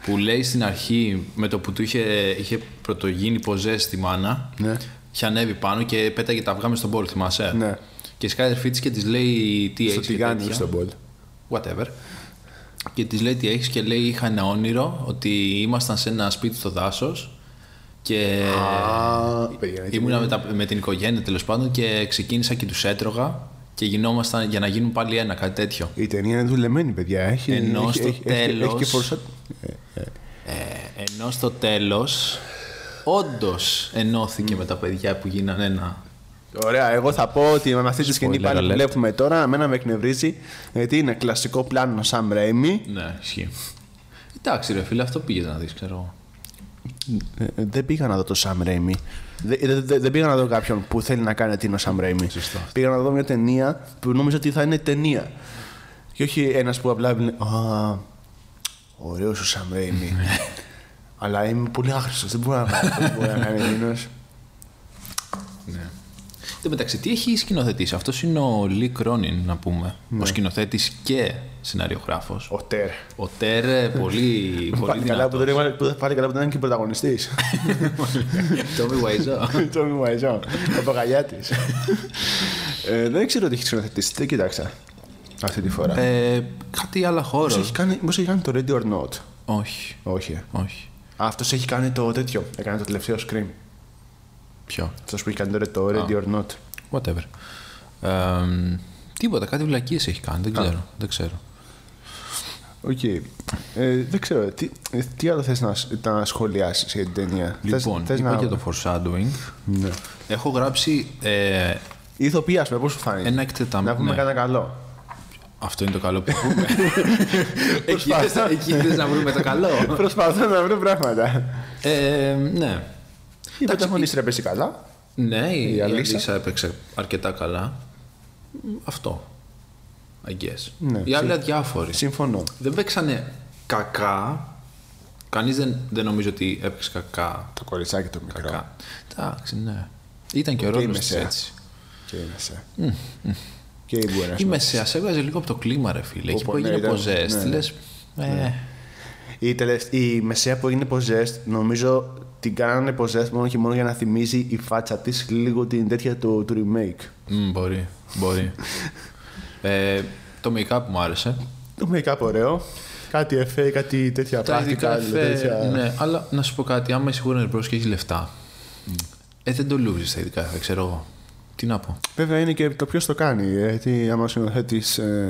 [SPEAKER 1] Που λέει στην αρχή με το που του είχε, είχε πρωτογίνει ποζέ στη μάνα.
[SPEAKER 2] Ναι.
[SPEAKER 1] Είχε ανέβει πάνω και πέταγε τα αυγά μες στον πόλο, θυμάσαι.
[SPEAKER 2] Ναι.
[SPEAKER 1] Και η σκάδερφή τη και της λέει τι
[SPEAKER 2] Στο
[SPEAKER 1] έχεις.
[SPEAKER 2] τηγάνι στον Πολ.
[SPEAKER 1] whatever. Και της λέει τι έχεις και λέει: Είχα ένα όνειρο ότι ήμασταν σε ένα σπίτι στο δάσος και
[SPEAKER 2] Α, παιδιά, εκεί
[SPEAKER 1] ήμουνα με, τα, με την οικογένεια τέλος πάντων και ξεκίνησα και τους έτρωγα και γινόμασταν για να γίνουν πάλι ένα, κάτι τέτοιο.
[SPEAKER 2] Η ταινία είναι δουλεμένη, παιδιά. Έχει,
[SPEAKER 1] Ενώ
[SPEAKER 2] έχει,
[SPEAKER 1] στο
[SPEAKER 2] έχει, έχει-
[SPEAKER 1] τέλος-
[SPEAKER 2] έχει και φορσά-
[SPEAKER 1] Ε, ενώ στο τέλος, όντως ενώθηκε με τα παιδιά που γίνανε ένα.
[SPEAKER 2] Ωραία, εγώ θα πω ότι με αυτή τη σκηνή
[SPEAKER 1] Spoiler
[SPEAKER 2] πάλι που
[SPEAKER 1] alert.
[SPEAKER 2] βλέπουμε τώρα, εμένα με εκνευρίζει, γιατί είναι κλασικό πλάνο Sam Raimi.
[SPEAKER 1] Ναι, ισχύει. Εντάξει, ρε φίλε, αυτό πήγες να δεις, ξέρω εγώ.
[SPEAKER 2] Ε, ε, Δεν πήγα να δω το Sam Raimi. Δε- δε- δε- Δεν πήγα να δω κάποιον που θέλει να κάνει τι είναι ο Sam Raimi.
[SPEAKER 1] Σωστό.
[SPEAKER 2] Πήγα να δω μια ταινία που νόμιζα ότι θα είναι ταινία. Και όχι ένας που απλά έβλεπε. Α, ωραίος ο Sam Raimi. Αλλά είμαι πολύ άχρηστος. Δεν μπορώ να κάνω. Δεν μπορώ να κάνω εκείνος.
[SPEAKER 1] Ναι. Εν τω μεταξύ, τι έχει σκηνοθετήσει. Αυτός είναι ο Λί Κρόνιν, να πούμε. Ο σκηνοθέτης και σεναριογράφο.
[SPEAKER 2] Ο Τέρ.
[SPEAKER 1] Ο Τέρ, ε, [laughs] πολύ, πολύ
[SPEAKER 2] Πάλι καλά
[SPEAKER 1] δυνατό.
[SPEAKER 2] που δεν έβαλε- που δεν- πάλι καλά που δεν ήταν και πρωταγωνιστής.
[SPEAKER 1] [laughs] Τόμι Βαϊζό.
[SPEAKER 2] [laughs] Το μιμαζό. Ο παγαλιάτης. Ε, Δεν ξέρω τι έχει σκηνοθετήσει. Δεν κοιτάξα. Αυτή τη φορά.
[SPEAKER 1] Ε, κάτι άλλο χώρο.
[SPEAKER 2] Μήπως έχει κάνει- μήπως έχει κάνει το Ready or Not.
[SPEAKER 1] Όχι,
[SPEAKER 2] Όχι.
[SPEAKER 1] όχι.
[SPEAKER 2] Αυτός έχει κάνει το τέτοιο. Έκανε το τελευταίο scream.
[SPEAKER 1] Ποιο.
[SPEAKER 2] Αυτό που έχει κάνει τώρα το Ready or Not.
[SPEAKER 1] Whatever. Ε, τίποτα, κάτι βλακίες έχει κάνει. Δεν ξέρω. Δεν ξέρω.
[SPEAKER 2] Οκ. Ε, δεν ξέρω. Τι, ε, τι άλλο θες να, σ- να σχολιάσεις για την ταινία.
[SPEAKER 1] Λοιπόν,
[SPEAKER 2] θες,
[SPEAKER 1] είπα
[SPEAKER 2] να...
[SPEAKER 1] για το foreshadowing.
[SPEAKER 2] Ναι.
[SPEAKER 1] Έχω γράψει. Ε,
[SPEAKER 2] Η ηθοποιία, ας πούμε, πώς σου φάνηκε.
[SPEAKER 1] Ένα ναι. εκτεταμένο.
[SPEAKER 2] Να πούμε κανένα καλό.
[SPEAKER 1] Αυτό είναι το καλό [laughs] που πούμε. εκεί θες να- εκεί θες να βρούμε το
[SPEAKER 2] Ναι.
[SPEAKER 1] καλό. [laughs]
[SPEAKER 2] Προσπαθώ να βρω πράγματα.
[SPEAKER 1] Ε, ναι.
[SPEAKER 2] Η πρωταγωνίστρια πέσει καλά.
[SPEAKER 1] Ναι, η, η
[SPEAKER 2] Αλίσσα.
[SPEAKER 1] Αλίσσα έπαιξε αρκετά καλά. Μ, Αυτό. I guess.
[SPEAKER 2] Ναι,
[SPEAKER 1] οι άλλοι αδιάφοροι.
[SPEAKER 2] Συμφωνώ.
[SPEAKER 1] Δεν παίξανε κακά. Κανείς δεν, δεν νομίζω ότι έπαιξε κακά.
[SPEAKER 2] Το κοριτσάκι το μικρό.
[SPEAKER 1] Κα- Εντάξει, ναι. Ήταν και ο
[SPEAKER 2] η
[SPEAKER 1] ρόλος της
[SPEAKER 2] μεσαία.
[SPEAKER 1] έτσι.
[SPEAKER 2] Και η μεσαία. Και η Μπουέρα.
[SPEAKER 1] Η μεσαία σε έβγαζε λίγο από το κλίμα, ρε φίλε. Εκεί
[SPEAKER 2] Όπου,
[SPEAKER 1] που
[SPEAKER 2] ναι,
[SPEAKER 1] έγινε
[SPEAKER 2] ήταν-
[SPEAKER 1] ποζές,
[SPEAKER 2] ναι,
[SPEAKER 1] τι
[SPEAKER 2] ναι.
[SPEAKER 1] λες, ε,
[SPEAKER 2] Η, τελευ- η μεσαία που έγινε ποζέστ, νομίζω την κάνανε ποζέστ μόνο και μόνο για να θυμίζει η φάτσα της λίγο την τέτοια του, του remake.
[SPEAKER 1] ε, μ, μπορεί,
[SPEAKER 2] [laughs]
[SPEAKER 1] μπορεί. Ε, το make-up μου άρεσε.
[SPEAKER 2] Το make-up ωραίο. Κάτι εφέ, κάτι τέτοια
[SPEAKER 1] Τα ειδικά
[SPEAKER 2] practical,
[SPEAKER 1] εφέ, ναι, αλλά να σου πω κάτι, άμα είσαι γούρνερ μπρος και έχεις λεφτά, ε, δεν το λούζεις τα ειδικά εφέ, ξέρω εγώ. Τι να πω.
[SPEAKER 2] Βέβαια είναι και το ποιος το κάνει. Γιατί άμα σκηνοθέτης ε,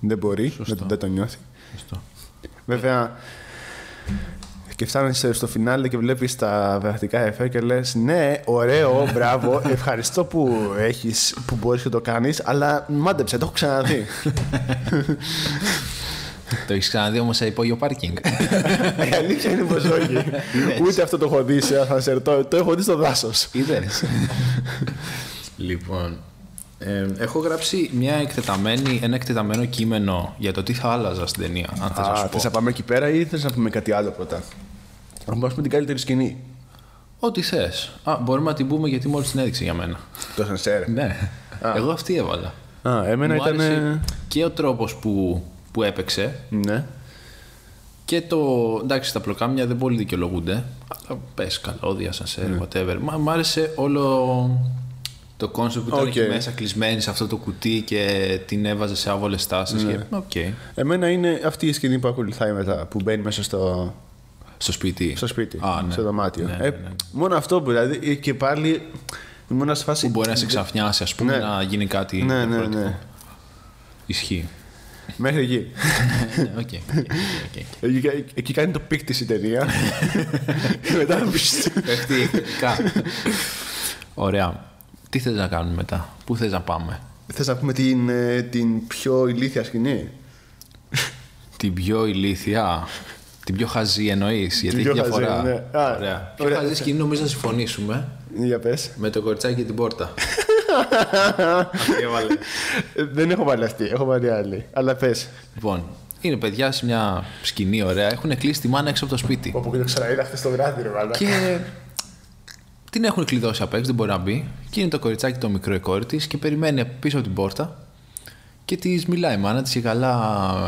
[SPEAKER 2] Δεν μπορεί,
[SPEAKER 1] Σωστό.
[SPEAKER 2] δεν, δεν το νιώθει.
[SPEAKER 1] Σωστό.
[SPEAKER 2] Βέβαια, και φτάνεις στο φινάλε και βλέπεις τα βραχτικά εφέ και λες: Ναι, ωραίο, [laughs] μπράβο, ευχαριστώ που έχεις, που μπορείς και το κάνεις, αλλά μάντεψε, το έχω [laughs] ξαναδεί.
[SPEAKER 1] Το έχεις ξαναδεί όμως σε υπόγειο [laughs] πάρκινγκ.
[SPEAKER 2] Η αλήθεια είναι πως όχι. Ούτε αυτό το έχω δει σε ασανσέρ, το, το έχω δει στο δάσος.
[SPEAKER 1] Είδες. λοιπόν. ε, έχω γράψει μια εκτεταμένη, ένα εκτεταμένο κείμενο για το τι θα άλλαζα στην ταινία. Αν θες να σου
[SPEAKER 2] Α,
[SPEAKER 1] πω.
[SPEAKER 2] θε να πάμε εκεί πέρα ή θες να πούμε κάτι άλλο πρώτα. Να πούμε ας πούμε, την καλύτερη σκηνή.
[SPEAKER 1] Ό,τι θες. Μπορούμε να την πούμε γιατί μόλις την έδειξε για μένα.
[SPEAKER 2] Το ασανσέρ.
[SPEAKER 1] ναι. Εγώ αυτή έβαλα.
[SPEAKER 2] Α, εμένα
[SPEAKER 1] Μου
[SPEAKER 2] ήταν.
[SPEAKER 1] άρεσε και ο τρόπος που, που έπαιξε
[SPEAKER 2] Ναι.
[SPEAKER 1] και το. Εντάξει, τα πλοκάμια δεν πολύ δικαιολογούνται. Αλλά πες καλώδια,
[SPEAKER 2] Ναι.
[SPEAKER 1] σανσέρ, whatever. Μα, μ' άρεσε όλο το κόνσεπτ που ήταν
[SPEAKER 2] Οκ.
[SPEAKER 1] εκεί μέσα κλεισμένη σε αυτό το κουτί και την έβαζε σε άβολες τάσεις.
[SPEAKER 2] Ναι.
[SPEAKER 1] Και... Οκ.
[SPEAKER 2] Εμένα είναι αυτή η σκηνή που ακολουθάει μετά, που μπαίνει μέσα στο,
[SPEAKER 1] Στο σπίτι.
[SPEAKER 2] στο σπίτι,
[SPEAKER 1] Α, ναι.
[SPEAKER 2] στο δωμάτιο.
[SPEAKER 1] Ναι,
[SPEAKER 2] Ε,
[SPEAKER 1] ναι, ναι.
[SPEAKER 2] μόνο αυτό που δηλαδή ε, και πάλι ήμουν σε φάση.
[SPEAKER 1] Που μπορεί να σε ξαφνιάσει, ας πούμε,
[SPEAKER 2] Ναι.
[SPEAKER 1] να γίνει κάτι.
[SPEAKER 2] Ναι, ναι,
[SPEAKER 1] διαφορετικό.
[SPEAKER 2] ναι.
[SPEAKER 1] Ισχύει.
[SPEAKER 2] Μέχρι εκεί.
[SPEAKER 1] Ναι, οκ. οκ, οκ, οκ.
[SPEAKER 2] εκεί. εκεί κάνει το πικ της η ταινία.
[SPEAKER 1] [laughs]
[SPEAKER 2] Και μετά πεις,
[SPEAKER 1] Πέφτει
[SPEAKER 2] [laughs]
[SPEAKER 1] εκρηκτικά. Ωραία. Τι θες να κάνουμε μετά, πού θες να πάμε.
[SPEAKER 2] Θες να πούμε την, ε, την πιο ηλίθια σκηνή.
[SPEAKER 1] Την πιο ηλίθια, την πιο χαζή εννοείς, γιατί έχει
[SPEAKER 2] πιο χαζή,
[SPEAKER 1] διαφορά.
[SPEAKER 2] ναι. Α,
[SPEAKER 1] Ωραία. Πιο
[SPEAKER 2] ωραία.
[SPEAKER 1] χαζή σκηνή νομίζω να συμφωνήσουμε
[SPEAKER 2] Για πες.
[SPEAKER 1] με το κοριτσάκι και την
[SPEAKER 2] [laughs]
[SPEAKER 1] πόρτα.
[SPEAKER 2] Ε, Δεν έχω βάλει αυτή, έχω βάλει άλλη. Αλλά πες.
[SPEAKER 1] λοιπόν, είναι παιδιά σε μια σκηνή ωραία, έχουν κλείσει τη μάνα έξω από το σπίτι.
[SPEAKER 2] Όπου και το ξαναείδα χθες το βράδυ, ρε μάνα.
[SPEAKER 1] Και την έχουν κλειδώσει απ' έξω, δεν μπορεί να μπει. Και είναι το κοριτσάκι το μικρό η κόρη της και περιμένει πίσω από την πόρτα. Και της μιλάει η μάνα της και καλά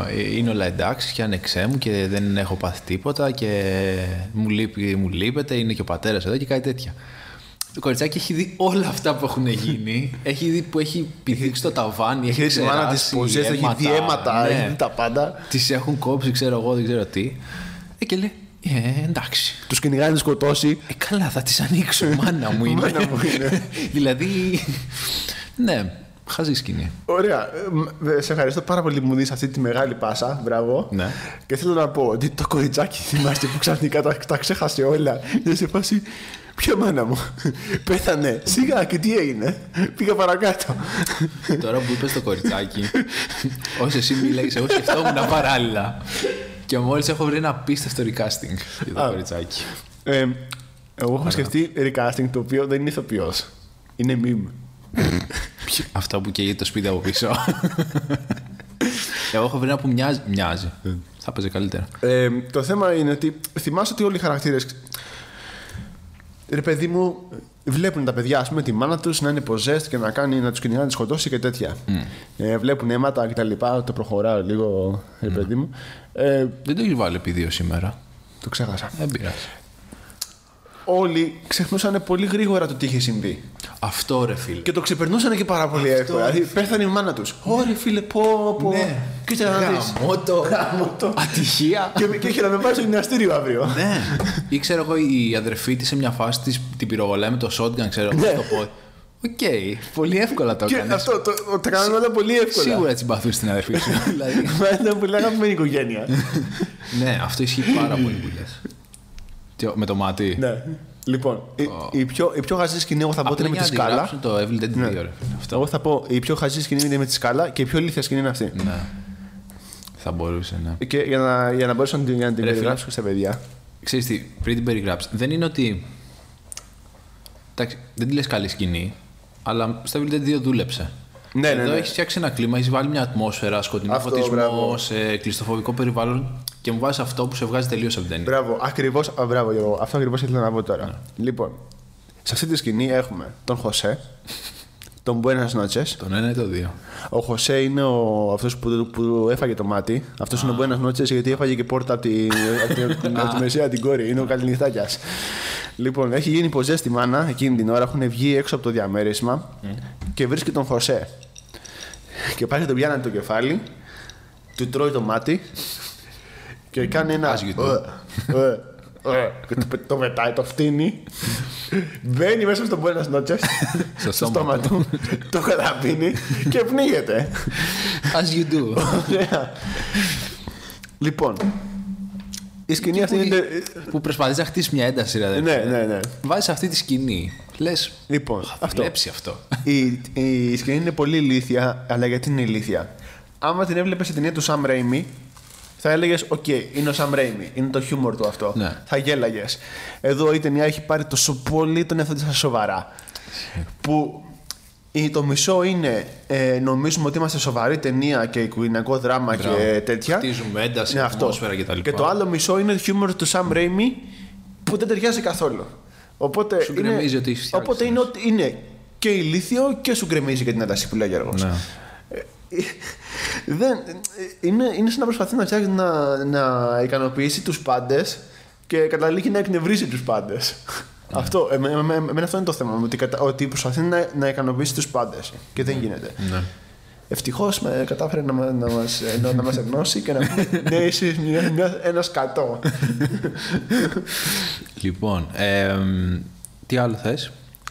[SPEAKER 1] ε, είναι όλα εντάξει και ανεξέ μου και δεν έχω πάθει τίποτα και μου, λείπει, μου λείπεται, είναι και ο πατέρας εδώ και κάτι τέτοια. Το κοριτσάκι έχει δει όλα αυτά που έχουν γίνει. έχει δει που έχει πηδήξει το ταβάνι, έχει
[SPEAKER 2] Έχει τη μάνα της
[SPEAKER 1] ξεράσει
[SPEAKER 2] ποζές, έχει δει αίματα,
[SPEAKER 1] ναι.
[SPEAKER 2] έχει δει τα πάντα.
[SPEAKER 1] Τις έχουν κόψει, ξέρω εγώ, δεν ξέρω τι. Ε, και λέει, «Ε, εντάξει.
[SPEAKER 2] Τους κυνηγάει να τους σκοτώσει.
[SPEAKER 1] Ε, καλά, θα τις ανοίξω. Μάνα μου είναι.
[SPEAKER 2] Μάνα μου είναι.
[SPEAKER 1] [laughs] δηλαδή, ναι, χαζή σκηνή.
[SPEAKER 2] Ωραία. Ε, μ, ε, Σε ευχαριστώ πάρα πολύ που μου δίνεις αυτή τη μεγάλη πάσα. Μπράβο.
[SPEAKER 1] Ναι.
[SPEAKER 2] Και θέλω να πω ότι το κοριτσάκι [laughs] θυμάστε που ξαφνικά τα, τα ξέχασε όλα. Είναι σε φάση. Ποια μάνα μου. [laughs] Πέθανε. Σιγά και τι έγινε. Πήγα παρακάτω.
[SPEAKER 1] Τώρα που είπες το κοριτσάκι, όσο εσύ μιλάγες, εγώ σκεφτόμουν παράλληλα. Και μόλις έχω βρει ένα απίστευτο recasting για το
[SPEAKER 2] Α.
[SPEAKER 1] κοριτσάκι.
[SPEAKER 2] Ε, εγώ έχω σκεφτεί recasting το οποίο δεν είναι ηθοποιός. Είναι meme.
[SPEAKER 1] Αυτό που καίγεται το σπίτι από πίσω. Εγώ έχω βρει ένα που μοιάζει. μοιάζει. Θα παίζει καλύτερα.
[SPEAKER 2] Ε, το θέμα είναι ότι θυμάσαι ότι όλοι οι χαρακτήρες. Ρε παιδί μου, βλέπουν τα παιδιά, ας πούμε, τη μάνα τους να είναι ποζέστ και να, κάνει, να τους κυνηγάει να του σκοτώσει και τέτοια.
[SPEAKER 1] Mm.
[SPEAKER 2] Ε, βλέπουν αίματα κτλ. Το προχωράω λίγο, ρε
[SPEAKER 1] Mm.
[SPEAKER 2] παιδί μου. Ε,
[SPEAKER 1] Δεν το έχει βάλει επί δύο σήμερα.
[SPEAKER 2] το ξέχασα.
[SPEAKER 1] Δεν πειράζει.
[SPEAKER 2] Όλοι ξεχνούσαν πολύ γρήγορα το τι είχε συμβεί.
[SPEAKER 1] Αυτό ρε φίλε.
[SPEAKER 2] Και το ξεπερνούσαν και πάρα πολύ εύκολα. Δηλαδή, πέθανε η μάνα τους. Ωρε φίλε, πω, πω.
[SPEAKER 1] Ναι.
[SPEAKER 2] Κοίτα να δεις.
[SPEAKER 1] Γαμώτο.
[SPEAKER 2] Γαμώτο.
[SPEAKER 1] Ατυχία.
[SPEAKER 2] και, και είχε να με πάει στο γυμναστήριο αύριο.
[SPEAKER 1] Ναι. Ή ξέρω εγώ, η αδερφή της σε μια φάση της, την πυροβολάει με το shotgun, ξέρω εγώ.
[SPEAKER 2] Ναι.
[SPEAKER 1] Το πω. Οκ. Πολύ εύκολα το
[SPEAKER 2] και
[SPEAKER 1] έκανες.
[SPEAKER 2] αυτό το, το, τα κάνανε όλα πολύ εύκολα.
[SPEAKER 1] Σίγουρα έτσι μπαθούσε την αδερφή
[SPEAKER 2] [laughs]
[SPEAKER 1] σου. δηλαδή.
[SPEAKER 2] Μα ήταν πολύ αγαπημένη οικογένεια.
[SPEAKER 1] ναι, αυτό ισχύει πάρα πολύ που λες. Τι ο- Με το μάτι.
[SPEAKER 2] ναι. Λοιπόν, η, η πιο, η πιο χαζή σκηνή εγώ θα πω ότι
[SPEAKER 1] Απλά
[SPEAKER 2] είναι με τη
[SPEAKER 1] για να
[SPEAKER 2] σκάλα. Ναι.
[SPEAKER 1] αντιγράψουν το Evil Dead 2, ρε.
[SPEAKER 2] Αυτό. Εγώ θα πω η πιο χαζή σκηνή είναι με τη σκάλα και η πιο ηλίθια σκηνή είναι αυτή.
[SPEAKER 1] Ναι. Θα μπορούσε, ναι.
[SPEAKER 2] Και για να, για να μπορέσω να την, για να την
[SPEAKER 1] Ρε φίλε. Ναι.
[SPEAKER 2] περιγράψω στα παιδιά.
[SPEAKER 1] Ξέρεις τι, πριν την περιγράψεις, δεν είναι ότι... Εντάξει, δεν τη λες καλή σκηνή, αλλά στα Evil Dead 2 δούλεψε.
[SPEAKER 2] Ναι,
[SPEAKER 1] Εδώ
[SPEAKER 2] ναι, ναι.
[SPEAKER 1] έχεις φτιάξει ένα κλίμα, έχεις βάλει μια ατμόσφαιρα, σκοτεινό
[SPEAKER 2] Αυτό,
[SPEAKER 1] φωτισμό,
[SPEAKER 2] μπράβο.
[SPEAKER 1] σε κλειστοφοβικό περιβάλλον και μου βάζεις αυτό που σε βγάζει τελείως από την ταινία.
[SPEAKER 2] Μπράβο, ακριβώς. Μπράβο, Γιώργο. Αυτό ακριβώς ήθελα να πω τώρα.
[SPEAKER 1] Ναι.
[SPEAKER 2] Λοιπόν, σε αυτή τη σκηνή έχουμε τον Χωσέ, τον Buenas noches.
[SPEAKER 1] Τον ένα ή το δύο.
[SPEAKER 2] Ο Χωσέ είναι ο, αυτός που, που έφαγε το μάτι. Αυτός είναι ο Buenas noches γιατί έφαγε και πόρτα από τη, από [laughs] τη, από τη μεσαία την κόρη. Είναι ο καληνυχτάκια. Λοιπόν, έχει γίνει ποζέ στη μάνα εκείνη την ώρα. Έχουν βγει έξω από το διαμέρισμα και βρίσκει τον Χωσέ. Και πάλι τον πιάνανε το κεφάλι, του τρώει το μάτι και κάνει ένα.
[SPEAKER 1] Άσχετο.
[SPEAKER 2] «Ε, ε, ε», και το πε- το πετάει, το φτύνει. Μπαίνει μέσα στο Buenas Noches,
[SPEAKER 1] Στο
[SPEAKER 2] [laughs] στο
[SPEAKER 1] στόμα
[SPEAKER 2] στόμα του, το καταπίνει και πνίγεται.
[SPEAKER 1] As you do.
[SPEAKER 2] [laughs] Ωραία. Λοιπόν, η σκηνή αυτή είναι...
[SPEAKER 1] που προσπαθείς να χτίσεις μια ένταση, ρε.
[SPEAKER 2] Ναι, ναι, ναι.
[SPEAKER 1] Βάζεις αυτή τη σκηνή. Λες.
[SPEAKER 2] Λοιπόν, αυτό.
[SPEAKER 1] Βλέψει αυτό.
[SPEAKER 2] Η, η σκηνή είναι πολύ ηλίθια, αλλά γιατί είναι ηλίθια. Άμα την έβλεπες σε ταινία του Sam Raimi, θα έλεγες: Οκ, είναι ο Sam Raimi, είναι το χιούμορ του αυτό.
[SPEAKER 1] Ναι.
[SPEAKER 2] Θα γέλαγες. Εδώ η ταινία έχει πάρει τόσο πολύ τον εαυτό τη σοβαρά. Που η- το μισό είναι ε, νομίζουμε ότι είμαστε σοβαρή ταινία και οικογενειακό δράμα
[SPEAKER 1] Μπράβο.
[SPEAKER 2] και τέτοια.
[SPEAKER 1] Χτίζουμε ένταση,
[SPEAKER 2] Ναι, αυτός.
[SPEAKER 1] ατμόσφαιρα κτλ.
[SPEAKER 2] Και το άλλο μισό είναι το χιούμορ του Sam Raimi που δεν ταιριάζει καθόλου. Οπότε
[SPEAKER 1] Σου
[SPEAKER 2] είναι-
[SPEAKER 1] γκρεμίζει ότι έχεις φτιάξει
[SPEAKER 2] Οπότε είναι, ότι είναι και ηλίθιο και σου γκρεμίζει και την ένταση που λέει ο Γιώργος.
[SPEAKER 1] [laughs]
[SPEAKER 2] Ε,
[SPEAKER 1] Ναι.
[SPEAKER 2] Δεν, είναι, είναι σαν να προσπαθεί να, φτιάξει, να, να ικανοποιήσει τους πάντες και καταλήγει να εκνευρίζει τους πάντες. Αυτό, ε, εμέ- εμέ- εμένα αυτό είναι το θέμα, μου, ότι, κατα- ότι προσπαθεί να, να ικανοποιήσει τους πάντες και δεν γίνεται.
[SPEAKER 1] Ναι.
[SPEAKER 2] Ευτυχώς με κατάφερε να, μα- να μας να, να μας ενώσει και να πούμε ναι, είσαι μια, μια, ένας σκατό.
[SPEAKER 1] Λοιπόν, εμ, τι άλλο θες.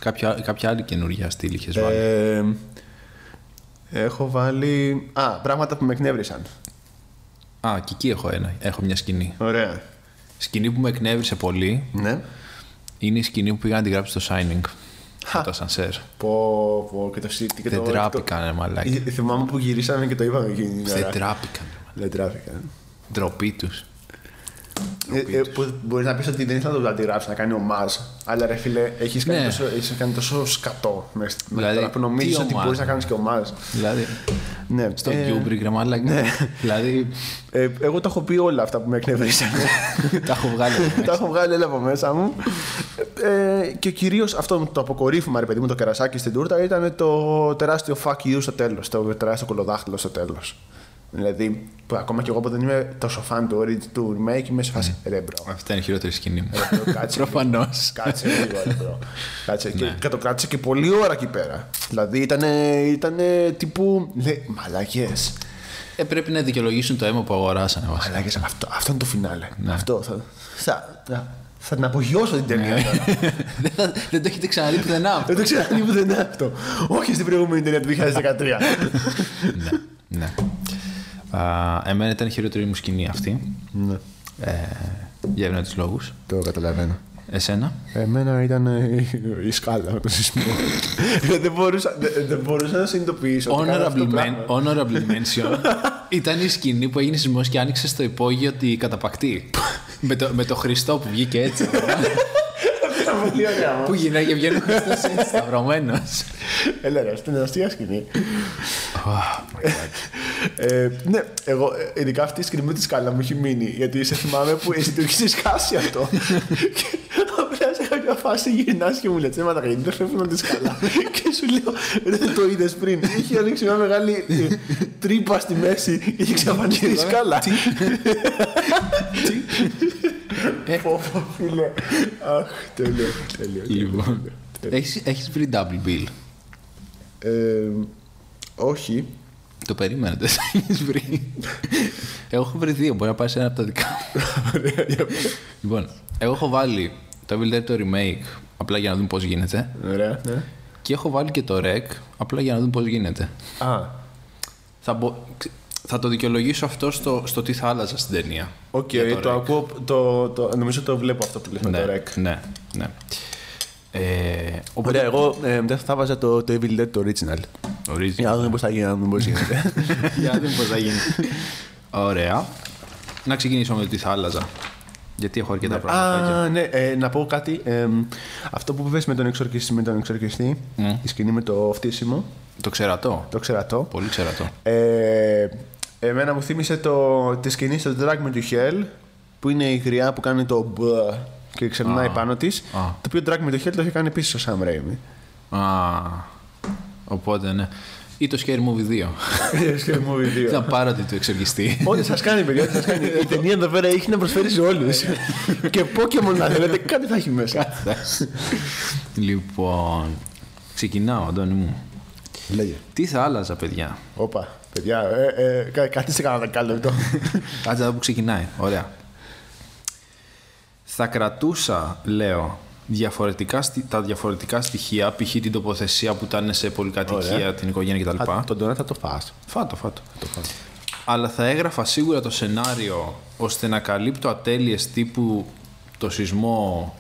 [SPEAKER 1] Κάποια, κάποια άλλη καινούργια στήλη είχες βάλει.
[SPEAKER 2] Ε, έχω βάλει. Α, πράγματα που με εκνεύρισαν.
[SPEAKER 1] Α, και εκεί έχω ένα. Έχω μια σκηνή.
[SPEAKER 2] Ωραία.
[SPEAKER 1] Σκηνή που με εκνεύρισε πολύ
[SPEAKER 2] Ναι.
[SPEAKER 1] είναι η σκηνή που πήγα να τη γράψει στο Shining. Με το σανσέρ.
[SPEAKER 2] Πω, πω, και το σύτι και
[SPEAKER 1] Δεν
[SPEAKER 2] το.
[SPEAKER 1] τράπηκαν, ρε μαλάκι.
[SPEAKER 2] το- Ε, Θυμάμαι που γυρίσαμε και το είπαμε εκείνη την
[SPEAKER 1] Δεν
[SPEAKER 2] ώρα.
[SPEAKER 1] τράπηκαν.
[SPEAKER 2] Δεν τράπηκαν.
[SPEAKER 1] Ντροπή τους.
[SPEAKER 2] Ε, ε, που Μπορείς να πεις ότι δεν ήθελα να το αντιγράψεις, να κάνει ομάζ. Αλλά ρε φίλε, έχεις κάνει,
[SPEAKER 1] Ναι.
[SPEAKER 2] τόσο- έχεις κάνει τόσο σκατό με με
[SPEAKER 1] Δηλαδή,
[SPEAKER 2] τώρα που
[SPEAKER 1] τι
[SPEAKER 2] νομίζεις ότι
[SPEAKER 1] ομάζ.
[SPEAKER 2] μπορείς να κάνεις και ομάζ.
[SPEAKER 1] Δηλαδή.
[SPEAKER 2] Ναι,
[SPEAKER 1] Στο
[SPEAKER 2] ε,
[SPEAKER 1] Kubrick, ρε μαλάκι. Δηλαδή.
[SPEAKER 2] Ε, εγώ τα έχω πει όλα αυτά που με εκνευρίσανε.
[SPEAKER 1] [laughs] Τα έχω βγάλει.
[SPEAKER 2] [laughs] τα έχω βγάλει όλα από μέσα μου. Ε, και κυρίως αυτό το αποκορύφημα, ρε παιδί μου, το κερασάκι στην τούρτα ήταν το τεράστιο fuck you στο τέλος. Το τεράστιο κολοδάχτυλο στο τέλος. Δηλαδή, που ακόμα και εγώ που δεν είμαι τόσο fan του, ori- του remake, είμαι σε φάση. Ρε μπρο.
[SPEAKER 1] Αυτή είναι η χειρότερη σκηνή μου.
[SPEAKER 2] ρε, μπρο, Κάτσε. λίγο,
[SPEAKER 1] Προφανώς.
[SPEAKER 2] Κάτσε λίγο, ρε μπρο. Κάτσε. Και, και το κράτησε και πολλή ώρα εκεί πέρα. Δηλαδή ήταν ήτανε τύπου. Λέει, μαλακές.
[SPEAKER 1] Ε, πρέπει να δικαιολογήσουν το αίμα που αγοράσανε βασικά.
[SPEAKER 2] Αλλά και σαν αυτό, αυτό είναι το φινάλε. Αυτό θα, θα, θα, θα την απογειώσω την ταινία. τώρα.
[SPEAKER 1] δεν, θα- δεν το έχετε ξαναδεί πουθενά.
[SPEAKER 2] Δεν το ξαναδεί πουθενά αυτό. Όχι στην προηγούμενη ταινία του 2013.
[SPEAKER 1] ναι. Α, εμένα ήταν η χειρότερη μου σκηνή αυτή.
[SPEAKER 2] ναι,
[SPEAKER 1] Ε, για ευνόητους λόγους.
[SPEAKER 2] το καταλαβαίνω.
[SPEAKER 1] Εσένα.
[SPEAKER 2] Εμένα ήταν ε, η σκάλα με το σεισμό. δεν, μπορούσα, δεν, δεν μπορούσα να συνειδητοποιήσω. ότι κάνω αυτό
[SPEAKER 1] Honorable,
[SPEAKER 2] το
[SPEAKER 1] men-
[SPEAKER 2] πράγμα.
[SPEAKER 1] honorable mention ήταν η σκηνή που έγινε σεισμός και άνοιξε στο υπόγειο τη καταπακτή. με, το, με το Χριστό που βγήκε έτσι.
[SPEAKER 2] Ήταν πολύ ωραία. μου.
[SPEAKER 1] που γυρνάει και βγαίνει ο Χριστός έτσι σταυρωμένος.
[SPEAKER 2] Έλα ρε, στην αστεία σκηνή. Ε, ναι, εγώ ε, ειδικά αυτή η σκηνή με της σκάλα μου έχει μείνει. Γιατί σε θυμάμαι που εσύ το έχεις σκάσει [laughs] αυτό. και απλά σε κάποια φάση γυρνάς και μου λες: Ναι, γιατί δεν φεύγουν από τη [laughs] σκάλα. και σου λέω: «Ε, Δεν το είδες πριν. Είχε ανοίξει μια μεγάλη ε, τρύπα στη μέση και είχε εξαφανιστεί η σκάλα. [laughs] Τι. Πω, πω, φίλε. Αχ, τέλειο, τέλειο.
[SPEAKER 1] λοιπόν. έχεις, έχεις βρει double bill.
[SPEAKER 2] Ε, όχι.
[SPEAKER 1] Το περίμενα, δεν το έχεις βρει. Εγώ έχω βρει δύο, μπορεί να πάρεις ένα από τα δικά μου.
[SPEAKER 2] Ωραία, για πες.
[SPEAKER 1] λοιπόν, εγώ έχω βάλει το Evil Dead το remake, απλά για να δούμε πώς γίνεται.
[SPEAKER 2] Ωραία. ναι.
[SPEAKER 1] Και έχω βάλει και το rec, απλά για να δούμε πώς γίνεται.
[SPEAKER 2] Α,
[SPEAKER 1] Θα, μπο- θα το δικαιολογήσω αυτό στο, στο τι θα άλλαζα στην ταινία.
[SPEAKER 2] Οκ, το, ακούω, το, το, νομίζω το βλέπω αυτό που λες με
[SPEAKER 1] ναι,
[SPEAKER 2] το ρεκ.
[SPEAKER 1] ναι, ναι. Ε, οπότε,
[SPEAKER 2] Ωραία, εγώ ε, μετά θα βάζα το, το Evil Dead το original.
[SPEAKER 1] ορίζει.
[SPEAKER 2] Για [laughs] να δούμε πώς θα γίνει, να δούμε πώς [laughs] γίνεται.
[SPEAKER 1] Για να δούμε πώς θα γίνει. Ωραία. Να ξεκινήσω με το τι θα άλλαζα. Γιατί έχω αρκετά πράγματα.
[SPEAKER 2] Α, ναι, ε, να πω κάτι. Ε, αυτό που είπες με τον εξορκιστή, με τον εξορκιστή η σκηνή με το φτύσιμο,
[SPEAKER 1] Το ξερατώ.
[SPEAKER 2] το ξερατό.
[SPEAKER 1] Πολύ ξερατώ.
[SPEAKER 2] Ε, εμένα μου θύμισε το, τη σκηνή στο Drag Me to Hell που είναι η γριά που κάνει το μπ και ξερνάει πάνω της.
[SPEAKER 1] Α.
[SPEAKER 2] Το οποίο Drag Me to Hell το έχει κάνει επίσης ο Sam [laughs] Raimi.
[SPEAKER 1] Α, οπότε ναι. Ή το Scary Movie 2.
[SPEAKER 2] Στο movie δύο.
[SPEAKER 1] Ήταν πάροντι του
[SPEAKER 2] [laughs]
[SPEAKER 1] εξοργιστή.
[SPEAKER 2] Ό,τι σας κάνει, παιδιά, ό,τι σας κάνει. Η ταινία εδώ πέρα έχει να προσφέρει σε όλους. και Pokémon να θέλετε, κάτι θα έχει μέσα.
[SPEAKER 1] λοιπόν, ξεκινάω, Αντώνη μου.
[SPEAKER 2] Λέγε.
[SPEAKER 1] Τι θα άλλαζα, παιδιά.
[SPEAKER 2] Όπα, παιδιά, ε, ε, κα- καθίστε κανένα δεκάλεπτο.
[SPEAKER 1] Κάτσε εδώ που ξεκινάει. Ωραία. Θα κρατούσα, λέω, διαφορετικά, στι- τα διαφορετικά στοιχεία, π.χ. την τοποθεσία που ήταν σε πολυκατοικία,
[SPEAKER 2] Ωραία.
[SPEAKER 1] την οικογένεια κτλ.
[SPEAKER 2] Α, Τον τώρα θα το φας.
[SPEAKER 1] Φάτο, φάτο. Αλλά θα έγραφα σίγουρα το σενάριο ώστε να καλύπτω ατέλειες τύπου το σεισμό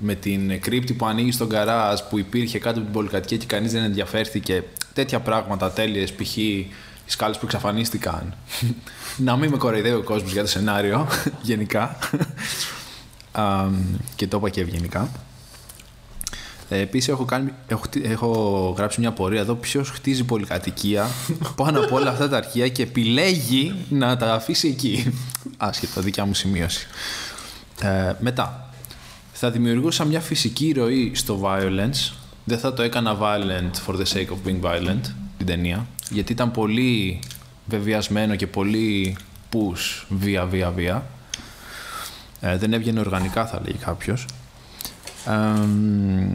[SPEAKER 1] με την κρύπτη που ανοίγει στον καράζ που υπήρχε κάτω από την πολυκατοικία και κανείς δεν ενδιαφέρθηκε. Τέτοια πράγματα, ατέλειες, π.χ. οι σκάλες που εξαφανίστηκαν. [laughs] να μην με κοροϊδεύει ο κόσμος για το σενάριο, [laughs] γενικά. Α, και το είπα και ευγενικά. Ε, Επίσης, έχω, κάνει- έχω, χτι- έχω γράψει μια πορεία εδώ. Ποιος χτίζει πολυκατοικία πάνω από όλα αυτά τα αρχεία και επιλέγει να τα αφήσει εκεί. Άσχετα, δικιά μου σημείωση. Ε, μετά. Θα δημιουργούσα μια φυσική ροή στο violence. Δεν θα το έκανα violent for the sake of being violent, την ταινία. Γιατί ήταν πολύ βεβαιασμένο και πολύ push βία, βία, βία. Ε, δεν έβγαινε οργανικά, θα λέει κάποιος.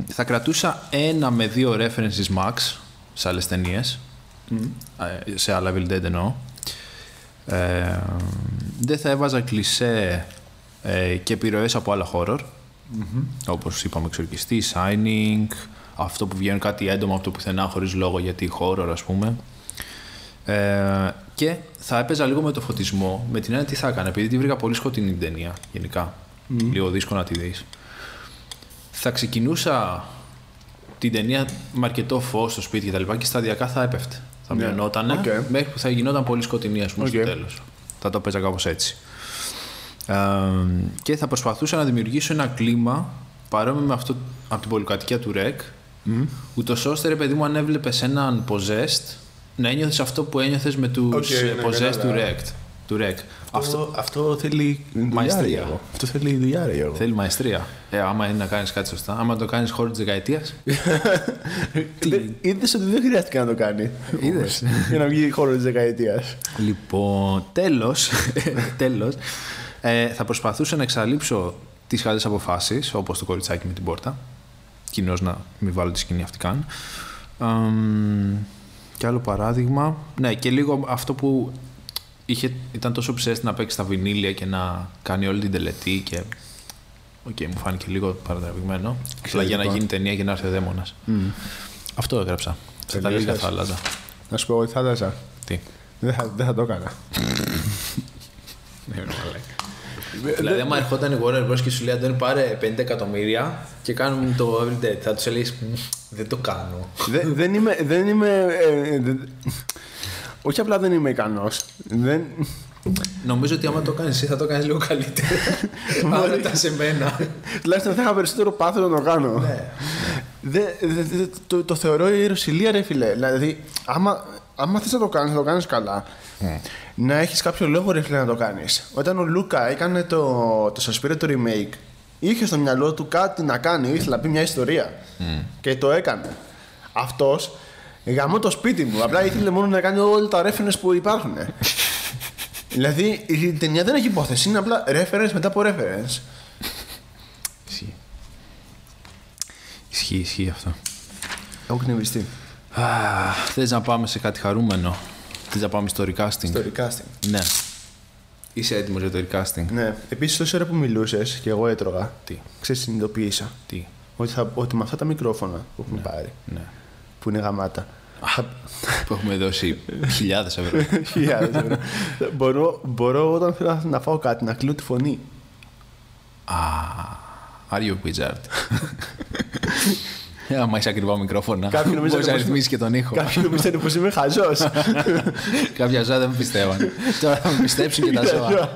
[SPEAKER 1] θα κρατούσα ένα με δύο references max σε άλλες ταινίες. σε άλλα Evil Dead εννοώ. Ε, δεν θα έβαζα κλισέ ε, και επιρροές από άλλα horror. Όπως είπαμε, εξορκιστή, Shining, αυτό που βγαίνουν κάτι έντομα από το πουθενά χωρίς λόγο γιατί horror ας πούμε. Ε, και θα έπαιζα λίγο με το φωτισμό, με την έννοια τι θα έκανα, επειδή τη βρήκα πολύ σκοτεινή την ταινία γενικά. Λίγο δύσκολο να τη δεις. Θα ξεκινούσα την ταινία με αρκετό φως στο σπίτι και τα λοιπά και σταδιακά θα έπεφτε. Θα
[SPEAKER 2] Ναι.
[SPEAKER 1] μειωνόταν
[SPEAKER 2] Οκ.
[SPEAKER 1] μέχρι που θα γινόταν πολύ σκοτεινή, ας πούμε, στο
[SPEAKER 2] Οκ.
[SPEAKER 1] τέλος. Θα το παίζα κάπως έτσι. Ε, και θα προσπαθούσα να δημιουργήσω ένα κλίμα παρόμοιο με αυτό από την πολυκατοικία του ΡΕΚ, mm. ούτως ώστε ρε παιδί μου, αν έβλεπες έναν possessed, να ένιωθες αυτό που ένιωθες με τους
[SPEAKER 2] Οκ, ναι,
[SPEAKER 1] possessed του
[SPEAKER 2] κατάλαβα.
[SPEAKER 1] ΡΕΚ. Του REC.
[SPEAKER 2] Αυτό, αυτό θέλει δουλειά,
[SPEAKER 1] Μαεστρία.
[SPEAKER 2] ρε Γιώργο. Αυτό θέλει δουλειά, ρε Γιώργο.
[SPEAKER 1] Θέλει μαεστρία. Ε, άμα είναι να κάνεις κάτι σωστά. Άμα το κάνεις χώρο τη δεκαετία.
[SPEAKER 2] Είδες ότι δεν χρειάστηκε να το κάνει.
[SPEAKER 1] Είδες.
[SPEAKER 2] [laughs] Για να βγει χώρο τη δεκαετίας.
[SPEAKER 1] Λοιπόν, τέλος, [laughs] τέλος ε, θα προσπαθούσα να εξαλείψω τις χαλές αποφάσεις, όπως το κοριτσάκι με την πόρτα. Κοινώς να μην βάλω τη σκηνή αυτή καν. Αμ, και άλλο παράδειγμα. Ναι, και λίγο αυτό που είχε, ήταν τόσο ψέστη να παίξει στα βινίλια και να κάνει όλη την τελετή και... Οκ, μου φάνηκε λίγο παρατραβηγμένο. Αλλά για να
[SPEAKER 2] λοιπόν.
[SPEAKER 1] γίνει ταινία και να έρθει ο δαίμονας. Αυτό έγραψα. Στα τα λίγα
[SPEAKER 2] Τελείωσες.
[SPEAKER 1] θα άλλαζα.
[SPEAKER 2] Να σου πω εγώ τι θα άλλαζα.
[SPEAKER 1] Τι.
[SPEAKER 2] Δεν θα, δεν θα το έκανα.
[SPEAKER 1] Ναι, Δηλαδή, άμα ερχόταν η Warner Bros. και σου λέει Αντώνη, πάρε 50 εκατομμύρια και κάνουμε το Evil Dead. Θα τους έλεγες Δεν το κάνω.
[SPEAKER 2] δεν, δεν είμαι. Δεν είμαι ε, δεν- όχι απλά δεν είμαι ικανός. Δεν...
[SPEAKER 1] Νομίζω ότι άμα το κάνεις εσύ θα το κάνεις λίγο καλύτερα. Άρα ήταν σε μένα.
[SPEAKER 2] Τουλάχιστον θα είχα περισσότερο πάθος να το κάνω. Ναι. Δε, δε- δε- το, το θεωρώ η ρωσιλία, ρε φιλέ. Δηλαδή, άμα, άμα θες να το κάνεις, θα το κάνεις καλά. Να έχεις κάποιο λόγο, ρε φιλέ, να το κάνεις. Όταν ο Λούκα έκανε το, το Σασπίρε το remake, είχε στο μυαλό του κάτι να κάνει, ήθελε να πει μια ιστορία. Και το έκανε. Αυτός γαμώ το σπίτι μου. Απλά ήθελε μόνο να κάνει όλα τα reference που υπάρχουν. δηλαδή, η ταινία δεν έχει υπόθεση, είναι απλά reference μετά από reference.
[SPEAKER 1] Ισχύει. Ισχύει, ισχύει αυτό.
[SPEAKER 2] Έχω κνευριστεί.
[SPEAKER 1] Θες να πάμε σε κάτι χαρούμενο. Θες να πάμε στο recasting.
[SPEAKER 2] recasting.
[SPEAKER 1] Ναι. Είσαι έτοιμος για το recasting.
[SPEAKER 2] Ναι. Επίσης, τόση ώρα που μιλούσες και εγώ έτρωγα,
[SPEAKER 1] Τι.
[SPEAKER 2] ξεσυνειδητοποίησα
[SPEAKER 1] Τι.
[SPEAKER 2] ότι, θα, ότι με αυτά τα μικρόφωνα που έχουμε πάρει,
[SPEAKER 1] Ναι.
[SPEAKER 2] που είναι γαμάτα. [laughs]
[SPEAKER 1] Που έχουμε δώσει χιλιάδες ευρώ.
[SPEAKER 2] χιλιάδες ευρώ, ναι. μπορώ, μπορώ όταν θέλω να- να φάω κάτι να κλείνω τη φωνή.
[SPEAKER 1] Are you wizard? [laughs] Ε, Άμα είσαι ακριβά μικρόφωνα,
[SPEAKER 2] Κάποιοι νομίζανε
[SPEAKER 1] μπορείς να
[SPEAKER 2] πως-
[SPEAKER 1] ρυθμίσεις και τον ήχο.
[SPEAKER 2] Κάποιοι νομίζανε πως είμαι χαζός.
[SPEAKER 1] [laughs] Κάποια ζώα δεν με πιστεύαν. Τώρα θα με πιστέψουν και τα
[SPEAKER 2] Ναι,
[SPEAKER 1] ζώα.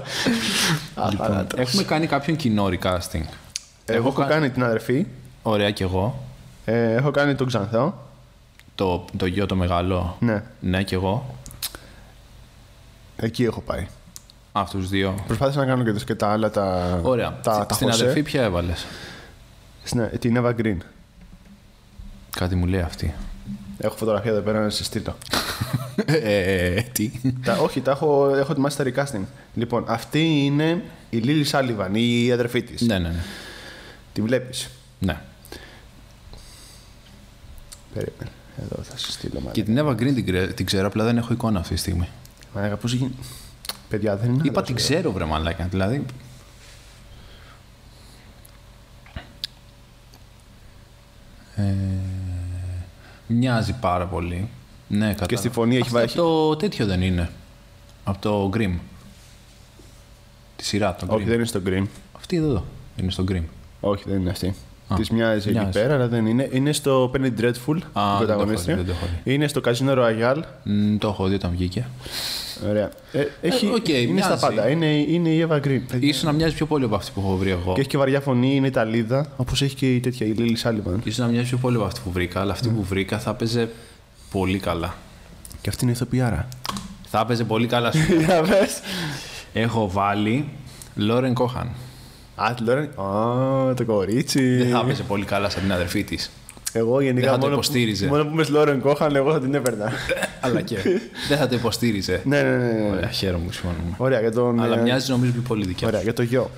[SPEAKER 2] Λοιπόν,
[SPEAKER 1] Έχουμε κάνει κάποιον κοινό recasting.
[SPEAKER 2] εγώ έχω κάνει την αδερφή,
[SPEAKER 1] Ωραία κι εγώ.
[SPEAKER 2] ε, έχω κάνει τον Ξανθό.
[SPEAKER 1] Το, το γιο το μεγάλο.
[SPEAKER 2] Ναι,
[SPEAKER 1] Ναι κι εγώ.
[SPEAKER 2] εκεί έχω πάει.
[SPEAKER 1] Αυτούς δύο.
[SPEAKER 2] Προσπάθησα να κάνω και, τους- και τα άλλα τα.
[SPEAKER 1] Ωραία.
[SPEAKER 2] Τα,
[SPEAKER 1] Σ-
[SPEAKER 2] τα
[SPEAKER 1] Στην
[SPEAKER 2] Χωσέ.
[SPEAKER 1] αδερφή ποια έβαλες.
[SPEAKER 2] Στην- Την Εύα Green.
[SPEAKER 1] Κάτι μου λέει αυτή.
[SPEAKER 2] Έχω φωτογραφία εδώ πέρα να σα στείλω.
[SPEAKER 1] Ε, Τι.
[SPEAKER 2] τα, όχι, τα έχω, έχω ετοιμάσει τα recasting. Λοιπόν, αυτή είναι η Λίλη Σάλιβαν, η αδερφή της.
[SPEAKER 1] Ναι, ναι, ναι.
[SPEAKER 2] Τη βλέπεις.
[SPEAKER 1] Ναι.
[SPEAKER 2] Περίμενε. Εδώ θα σα στείλω μάλλον.
[SPEAKER 1] Και την Εύα Green την, κρε- την ξέρω, απλά δεν έχω εικόνα αυτή τη στιγμή.
[SPEAKER 2] Μα πώς γίνει. Παιδιά, δεν είναι.
[SPEAKER 1] Είπα
[SPEAKER 2] άντρας,
[SPEAKER 1] την
[SPEAKER 2] ρε.
[SPEAKER 1] ξέρω βρε μαλάκα, δηλαδή... Ε, μοιάζει πάρα πολύ. Ναι, κατάλαβα.
[SPEAKER 2] στη φωνή έχει
[SPEAKER 1] Αυτό
[SPEAKER 2] βάχει.
[SPEAKER 1] Το τέτοιο δεν είναι. Από το Grimm. Τη σειρά, το Grimm.
[SPEAKER 2] Όχι, δεν είναι στο Green.
[SPEAKER 1] Αυτή εδώ είναι στο Grimm.
[SPEAKER 2] Όχι, δεν είναι αυτή.
[SPEAKER 1] Α,
[SPEAKER 2] Της μοιάζει εκεί
[SPEAKER 1] μοιάζει.
[SPEAKER 2] πέρα, αλλά δεν είναι. Είναι στο Penny Dreadful, η
[SPEAKER 1] έχω δει,
[SPEAKER 2] πρωταγωνίστρια.
[SPEAKER 1] δεν το έχω
[SPEAKER 2] Είναι στο Casino Royale.
[SPEAKER 1] Μ, το έχω δει όταν βγήκε.
[SPEAKER 2] Ωραία. Ε, έχει,
[SPEAKER 1] οκ,
[SPEAKER 2] είναι στα
[SPEAKER 1] μοιάζει. Ε,
[SPEAKER 2] πάντα. Είναι, είναι η Eva Green.
[SPEAKER 1] Ίσως να μοιάζει πιο πολύ από αυτή που έχω βρει εγώ.
[SPEAKER 2] Ε, Και έχει και βαριά φωνή, είναι Ιταλίδα, όπως έχει και η τέτοια η Lily Sullivan.
[SPEAKER 1] Ίσως να μοιάζει πιο πολύ από αυτή που βρήκα, αλλά αυτή
[SPEAKER 2] Ναι.
[SPEAKER 1] που βρήκα θα έπαιζε πολύ καλά.
[SPEAKER 2] Και αυτή είναι η ηθοποιάρα.
[SPEAKER 1] Θα έπαιζε πολύ
[SPEAKER 2] [laughs]
[SPEAKER 1] καλά. σου.
[SPEAKER 2] Για πες.
[SPEAKER 1] έχω βάλει Λόρεν
[SPEAKER 2] Ε.
[SPEAKER 1] Κόχαν.
[SPEAKER 2] Α, τη Λόρεν. Α, το
[SPEAKER 1] Δεν
[SPEAKER 2] κορίτσι.
[SPEAKER 1] θα έπαιζε πολύ καλά σαν την αδερφή της.
[SPEAKER 2] Εγώ γενικά.
[SPEAKER 1] Δεν θα το
[SPEAKER 2] μόνο που-
[SPEAKER 1] υποστήριζε.
[SPEAKER 2] Μόνο που είμαι στη Λόρεν Κόχαν, εγώ θα την
[SPEAKER 1] [laughs]
[SPEAKER 2] έπαιρνα.
[SPEAKER 1] αλλά και. Δεν θα το υποστήριζε.
[SPEAKER 2] ναι, ναι, ναι, ναι.
[SPEAKER 1] Ωραία, χαίρομαι που συμφωνούμε.
[SPEAKER 2] Ωραία, για τον.
[SPEAKER 1] Αλλά
[SPEAKER 2] ε,
[SPEAKER 1] μοιάζει νομίζω πιο πολύ δικιά.
[SPEAKER 2] Ωραία, για το γιο.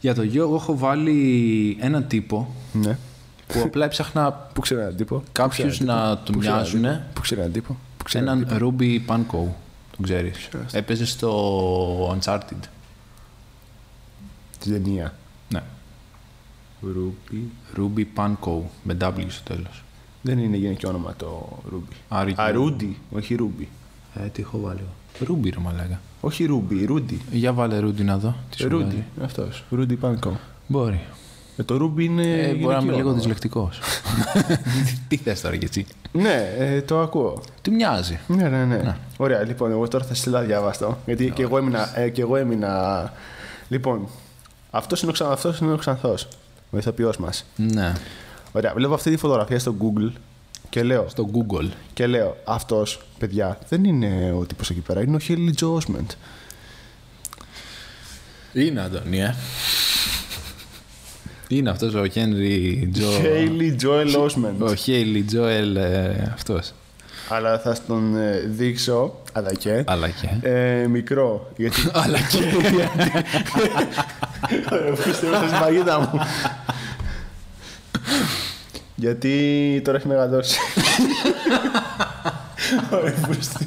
[SPEAKER 1] Για το γιο, εγώ έχω βάλει έναν τύπο
[SPEAKER 2] Ναι. [laughs]
[SPEAKER 1] που απλά έψαχνα
[SPEAKER 2] Πού ξέρω έναν τύπο.
[SPEAKER 1] κάποιους να του μοιάζουν.
[SPEAKER 2] Πού ξέρω έναν τύπο. Πού ξέρω έναν
[SPEAKER 1] Έναν Ruby Pankow. Τον ξέρεις. Έπαιζε στο Uncharted.
[SPEAKER 2] τύπο. Την ταινία.
[SPEAKER 1] Ναι.
[SPEAKER 2] Ρούμπι.
[SPEAKER 1] Ruby Pankow με W στο τέλος.
[SPEAKER 2] Δεν είναι γυναικείο όνομα το Ρούμπι.
[SPEAKER 1] Άρη-
[SPEAKER 2] Α, Ρούντι, όχι Ρούμπι.
[SPEAKER 1] Ε, τι έχω βάλει εγώ. Ruby ρε μαλάκα.
[SPEAKER 2] Όχι Ρούμπι, Ρούντι.
[SPEAKER 1] Για βάλε Ρούντι να δω. Τι σου βγάζει.
[SPEAKER 2] Ρούντι, αυτός. Ρούντι Πάνκο.
[SPEAKER 1] Μπορεί.
[SPEAKER 2] Ε, το Ρούμπι είναι.
[SPEAKER 1] Ε, μπορεί να
[SPEAKER 2] γυναικείο
[SPEAKER 1] είμαι λίγο
[SPEAKER 2] όνομα.
[SPEAKER 1] δυσλεκτικός. [laughs] τι θες τώρα κι έτσι.
[SPEAKER 2] Ναι, ε, το ακούω.
[SPEAKER 1] Τι μοιάζει.
[SPEAKER 2] Ναι, ναι, ναι. Ωραία, λοιπόν, εγώ τώρα θα στείλω διαβαστώ.
[SPEAKER 1] Ναι,
[SPEAKER 2] Γιατί και εγώ, έμεινα, ε, και εγώ έμεινα. Λοιπόν, αυτός είναι ο, ξα... αυτός είναι ο Ξανθός. Ο ηθοποιός μας.
[SPEAKER 1] Ναι.
[SPEAKER 2] Ωραία, βλέπω αυτή τη φωτογραφία στο Google και λέω,
[SPEAKER 1] Στο Google.
[SPEAKER 2] και λέω αυτός, παιδιά, δεν είναι ο τύπος εκεί πέρα, είναι ο Χίλι Τζόσμεντ.
[SPEAKER 1] Είναι ε. Αντωνία. Είναι αυτός ο Χένρι Τζο.
[SPEAKER 2] Χέιλι Τζόελ Όσμεντ.
[SPEAKER 1] Ο Χέιλι Τζόελ ε, αυτός.
[SPEAKER 2] Αλλά θα στον ε, δείξω, αλλά και.
[SPEAKER 1] Αλλά και.
[SPEAKER 2] ε, μικρό. Γιατί.
[SPEAKER 1] [laughs] Αλλά και.
[SPEAKER 2] Πούστε μέσα στην παγίδα μου. Γιατί τώρα έχει μεγαλώσει. Ωραία, πούστε.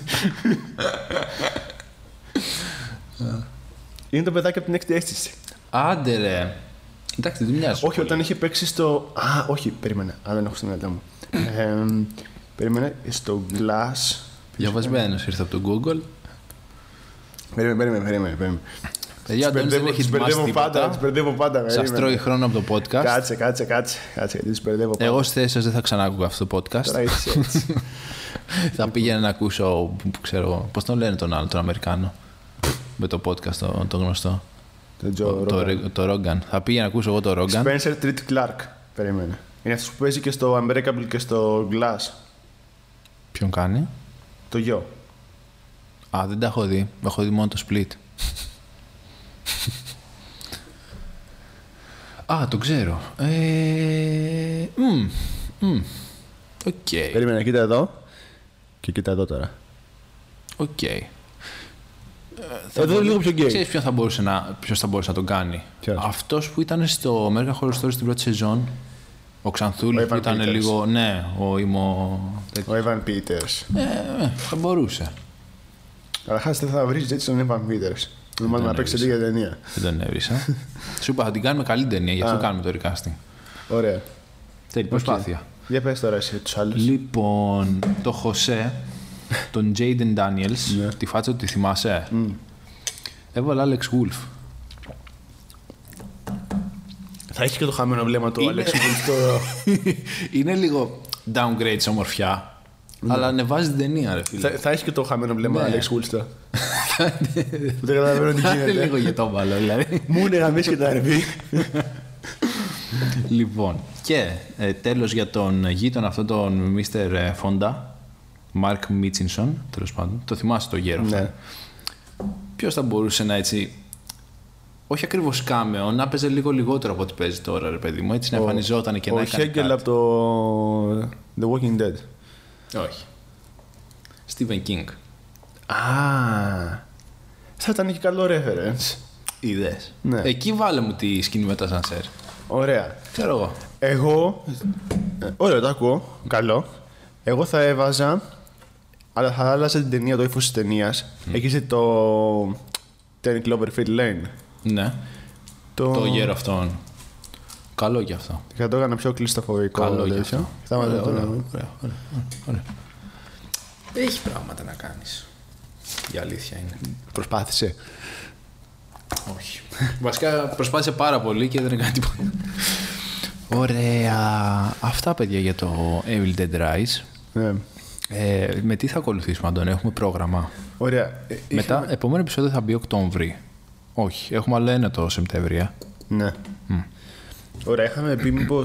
[SPEAKER 2] Είναι το παιδάκι από την έκτη αίσθηση.
[SPEAKER 1] Άντε ρε. Εντάξει, δεν μοιάζει.
[SPEAKER 2] Όχι, όταν είχε παίξει στο. Α, όχι, περίμενα. Α, δεν έχω στην μυαλό μου. Εμ, Περίμενα στο Glass.
[SPEAKER 1] Διαβασμένος ήρθε από το Google.
[SPEAKER 2] Περίμενε, περίμενε, περίμενε. περίμενε.
[SPEAKER 1] Παιδιά, Αντώνης Ε, δεν έχει
[SPEAKER 2] Τους
[SPEAKER 1] μάθει
[SPEAKER 2] μπερδεύω πάντα. Του
[SPEAKER 1] τίποτα.
[SPEAKER 2] μπερδεύω πάντα.
[SPEAKER 1] Σας
[SPEAKER 2] περίμενε.
[SPEAKER 1] τρώει χρόνο από το podcast.
[SPEAKER 2] Κάτσε, κάτσε, κάτσε. Κάτσε, γιατί του μπερδεύω πάντα.
[SPEAKER 1] Εγώ στη θέση σας δεν θα ξανάκουγα αυτό το
[SPEAKER 2] Τώρα
[SPEAKER 1] podcast.
[SPEAKER 2] έτσι, έτσι.
[SPEAKER 1] θα πήγαινα να ακούσω. που ξέρω. Πώς τον λένε τον άλλο, τον Αμερικάνο. Με το podcast το, το γνωστό.
[SPEAKER 2] Τον Τζο
[SPEAKER 1] Το- Το
[SPEAKER 2] Ρόγκαν.
[SPEAKER 1] Ρε- το Ρόγκαν. Θα πήγαινα να ακούσω εγώ το Ρόγκαν.
[SPEAKER 2] Spencer Treat Clark. Περίμενε. Είναι αυτός που παίζει και στο Unbreakable και στο Glass.
[SPEAKER 1] Ποιον κάνει.
[SPEAKER 2] Το γιο.
[SPEAKER 1] Α, δεν τα έχω δει. Έχω δει μόνο το split. Α, το ξέρω. Ε, μμ, μμ. Οκ.
[SPEAKER 2] Ε. Περίμενε, κοίτα εδώ. Και κοίτα εδώ τώρα.
[SPEAKER 1] Οκ.
[SPEAKER 2] Εδώ είναι Ε, λίγο πιο γκέι.
[SPEAKER 1] Ξέρεις ποιον θα μπορούσε να, ποιος θα μπορούσε να τον κάνει.
[SPEAKER 2] Ποιος?
[SPEAKER 1] Αυτός που ήταν στο American Horror Story στην πρώτη σεζόν. Ο
[SPEAKER 2] Ο
[SPEAKER 1] Ξανθούλης που
[SPEAKER 2] Evan
[SPEAKER 1] ήταν
[SPEAKER 2] Peters.
[SPEAKER 1] λίγο... Ναι, ο ημο...
[SPEAKER 2] Ο Evan Peters.
[SPEAKER 1] Ε, θα μπορούσε.
[SPEAKER 2] Καταρχά δεν θα βρεις έτσι τον Evan Peters. Νομίζω να παίξει λίγα ταινία.
[SPEAKER 1] Δεν τον έβρισα. Σου είπα, θα την κάνουμε καλή ταινία, γι' αυτό κάνουμε το recasting.
[SPEAKER 2] Ωραία.
[SPEAKER 1] Τέλει, προσπάθεια.
[SPEAKER 2] Για πες τώρα εσύ τους άλλους.
[SPEAKER 1] Λοιπόν, το Χωσέ, τον Jaden Daniels,
[SPEAKER 2] Ναι.
[SPEAKER 1] τη φάτσα του τη θυμάσαι. Έβαλα Alex
[SPEAKER 2] [laughs]
[SPEAKER 1] Wolf.
[SPEAKER 2] Θα έχει και το χαμένο βλέμμα του
[SPEAKER 1] Είναι-
[SPEAKER 2] Alex Wolff τώρα. [laughs]
[SPEAKER 1] Είναι λίγο downgrade σε ομορφιά, αλλά ανεβάζει την ταινία, ρε φίλε.
[SPEAKER 2] Ναι. Θα- Θα έχει και το χαμένο βλέμμα
[SPEAKER 1] Ναι.
[SPEAKER 2] Alex Wolff τώρα. [laughs] Δεν καταλαβαίνω τι
[SPEAKER 1] Είναι
[SPEAKER 2] γίνεται.
[SPEAKER 1] λίγο για το μπαλό, δηλαδή.
[SPEAKER 2] Μου είναι γαμίσει και τα ρεβί.
[SPEAKER 1] λοιπόν, και ε, τέλος για τον γείτονα αυτό, τον Mr. Φόντα, Mark Mitchinson, τέλος πάντων. Το θυμάσαι το γέρο αυτό.
[SPEAKER 2] Ναι.
[SPEAKER 1] Ποιος θα μπορούσε να έτσι. Όχι ακριβώς κάμεο, να παίζει λίγο λιγότερο από ό,τι παίζει τώρα, ρε παιδί μου. Έτσι να εμφανιζόταν Ναι, και να
[SPEAKER 2] Ο
[SPEAKER 1] έκανε.
[SPEAKER 2] Χέγκελ
[SPEAKER 1] κάτι.
[SPEAKER 2] από το The Walking Dead.
[SPEAKER 1] Όχι. Στίβεν Κίνγκ.
[SPEAKER 2] Α. Θα ήταν και καλό reference.
[SPEAKER 1] Ιδέες.
[SPEAKER 2] Ναι.
[SPEAKER 1] Εκεί βάλε μου τη σκηνή με τα σανσέρ.
[SPEAKER 2] Ωραία.
[SPEAKER 1] Ξέρω εγώ.
[SPEAKER 2] Εγώ. ε, Ωραία, το ακούω. Καλό. Εγώ θα έβαζα. Αλλά θα άλλαζα την ταινία, το ύφος της ταινίας. Έχει δει το. 10 Cloverfield Lane.
[SPEAKER 1] Ναι. Το γέρο αυτόν. Καλό κι αυτό.
[SPEAKER 2] Θα το έκανα πιο κλειστοφορικό.
[SPEAKER 1] Καλό κι
[SPEAKER 2] τέτοιο.
[SPEAKER 1] αυτό.
[SPEAKER 2] Θα μας
[SPEAKER 1] Ωραία,
[SPEAKER 2] το
[SPEAKER 1] ωραία,
[SPEAKER 2] λέμε.
[SPEAKER 1] ωραία, ωραία, ωραία. Έχει πράγματα να κάνεις. Η αλήθεια είναι.
[SPEAKER 2] Προσπάθησε.
[SPEAKER 1] Όχι. Βασικά προσπάθησε πάρα πολύ και δεν έκανε τίποτα. Ωραία. Αυτά παιδιά για το Evil Dead Rise.
[SPEAKER 2] Ναι.
[SPEAKER 1] Ε, με τι θα ακολουθήσουμε, Αντώνη, έχουμε πρόγραμμα.
[SPEAKER 2] Ωραία. Ε,
[SPEAKER 1] Μετά, επόμενο επεισόδιο θα μπει Οκτώβρη. Όχι, έχουμε άλλο ένα το Σεπτέμβρη. ε.
[SPEAKER 2] Ναι. Ωραία, είχαμε πει μήπως.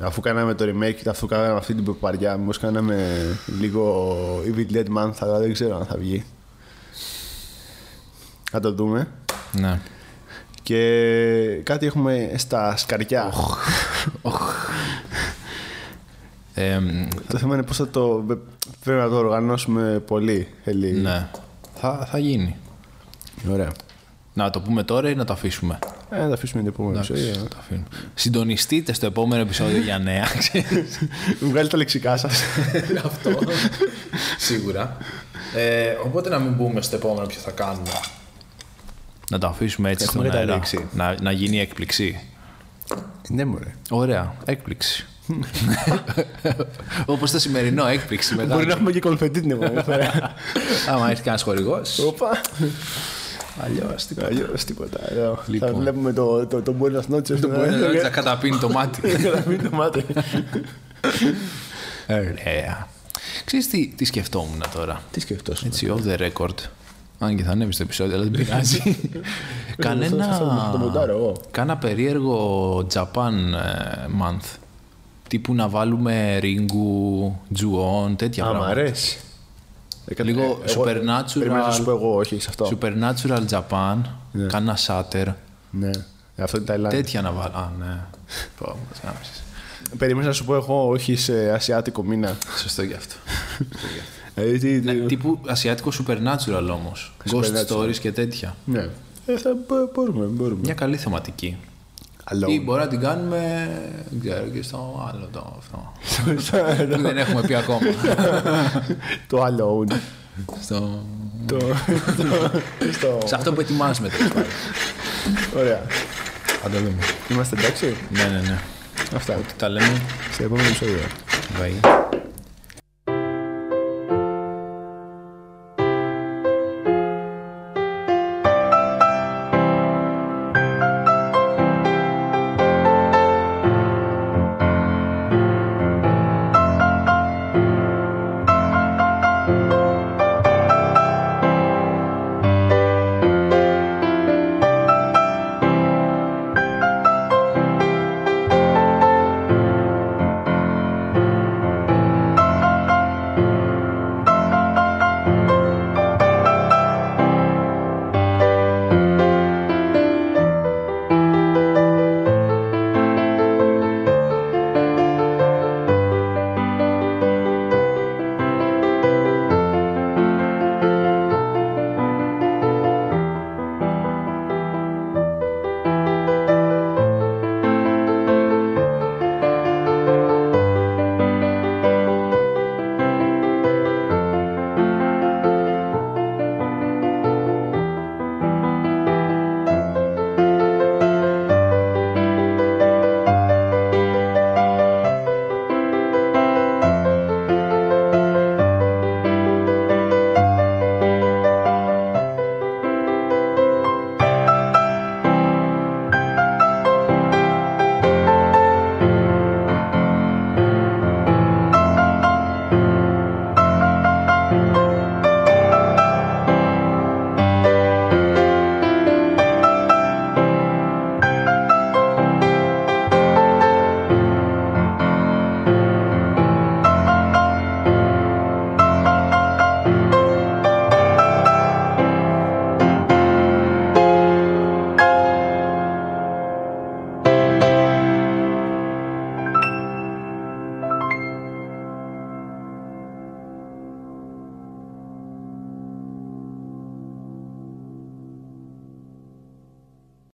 [SPEAKER 2] Αφού κάναμε το remake, αφού κάναμε αυτή την παπαριά, μήπως κάναμε λίγο Evil Dead Month, αλλά δεν ξέρω αν θα βγει. Θα το δούμε.
[SPEAKER 1] Ναι.
[SPEAKER 2] Και κάτι έχουμε στα σκαριά.
[SPEAKER 1] Ε, μ,
[SPEAKER 2] το θέμα είναι πώς θα το. Πρέπει να το οργανώσουμε πολύ. Eli.
[SPEAKER 1] ναι. Θα, θα γίνει.
[SPEAKER 2] Ωραία.
[SPEAKER 1] Να το πούμε τώρα ή να το αφήσουμε.
[SPEAKER 2] Ε, θα τα αφήσουμε την επόμενη
[SPEAKER 1] Εντάξει,
[SPEAKER 2] επεισόδιο.
[SPEAKER 1] θα το αφήνουμε. Συντονιστείτε στο επόμενο επεισόδιο για νέα. ξέρεις.
[SPEAKER 2] Βγάλει τα λεξικά σας.
[SPEAKER 1] Αυτό. Σίγουρα. οπότε να μην μπούμε στο επόμενο ποιο θα κάνουμε. Να το αφήσουμε έτσι
[SPEAKER 2] Έχουμε
[SPEAKER 1] στον αέρα.
[SPEAKER 2] καταλήξει.
[SPEAKER 1] Να, να γίνει έκπληξη.
[SPEAKER 2] ναι, μωρέ.
[SPEAKER 1] Ωραία, έκπληξη. Όπως το σημερινό, έκπληξη
[SPEAKER 2] Μπορεί να
[SPEAKER 1] μεγάλη.
[SPEAKER 2] έχουμε και κολφετή την επόμενη φορά.
[SPEAKER 1] Άμα έρθει κανένας χορηγός.
[SPEAKER 2] Όπα.
[SPEAKER 1] Αλλιώς.
[SPEAKER 2] Αλλιώς τίποτα. λέω. Θα
[SPEAKER 1] Λοιπόν.
[SPEAKER 2] βλέπουμε το, το, το Buenos Noches.
[SPEAKER 1] Το μπορεί
[SPEAKER 2] Ε,
[SPEAKER 1] να καταπίνει το μάτι.
[SPEAKER 2] Να μην το μάτι.
[SPEAKER 1] Ωραία. Ξέρεις τι, τι σκεφτόμουν τώρα.
[SPEAKER 2] Τι σκεφτόσουν.
[SPEAKER 1] Έτσι, off the record. Αν και θα ανέβεις στο επεισόδιο, αλλά δεν
[SPEAKER 2] [laughs]
[SPEAKER 1] πειράζει.
[SPEAKER 2] Θα- θα- θα το
[SPEAKER 1] Κανένα.
[SPEAKER 2] μοντάρω εγώ.
[SPEAKER 1] Κάνα περίεργο Japan ε, month. Τύπου να βάλουμε Ringu, Ju-on, τέτοια
[SPEAKER 2] Α, μ'
[SPEAKER 1] πράγματα.
[SPEAKER 2] αρέσει.
[SPEAKER 1] Λίγο
[SPEAKER 2] Εγώ-
[SPEAKER 1] supernatural.
[SPEAKER 2] Περίμενα να σου πω εγώ, όχι σε αυτό.
[SPEAKER 1] Supernatural Japan,
[SPEAKER 2] Ναι.
[SPEAKER 1] κάνα Shutter.
[SPEAKER 2] Ναι. Αυτό είναι Ταϊλάνδη.
[SPEAKER 1] Τέτοια να βάλω. Α, ναι. Πω, μας γάμισες.
[SPEAKER 2] Περίμενα να σου πω εγώ, όχι σε ασιάτικο μήνα.
[SPEAKER 1] Σωστό γι' αυτό.
[SPEAKER 2] Δηλαδή, τι- τι-
[SPEAKER 1] Τύπου ασιατικό supernatural όμως. Ghost
[SPEAKER 2] Supernatural.
[SPEAKER 1] stories και τέτοια.
[SPEAKER 2] Ναι. Ε, θα μπο- μπορούμε, μπορούμε.
[SPEAKER 1] Μια καλή θεματική. Ή
[SPEAKER 2] Αλό.
[SPEAKER 1] μπορεί να την κάνουμε. Δεν ξέρω και στο άλλο το αυτό. Που δεν έχουμε πει ακόμα.
[SPEAKER 2] Το alone.
[SPEAKER 1] στο...
[SPEAKER 2] Το. στο-
[SPEAKER 1] Σε αυτό που ετοιμάζουμε τέλος πάντων.
[SPEAKER 2] Ωραία.
[SPEAKER 1] Θα το δούμε.
[SPEAKER 2] Είμαστε εντάξει.
[SPEAKER 1] Ναι, ναι, ναι.
[SPEAKER 2] Αυτά.
[SPEAKER 1] Τα λέμε.
[SPEAKER 2] Σε επόμενο επεισόδιο.
[SPEAKER 1] Bye.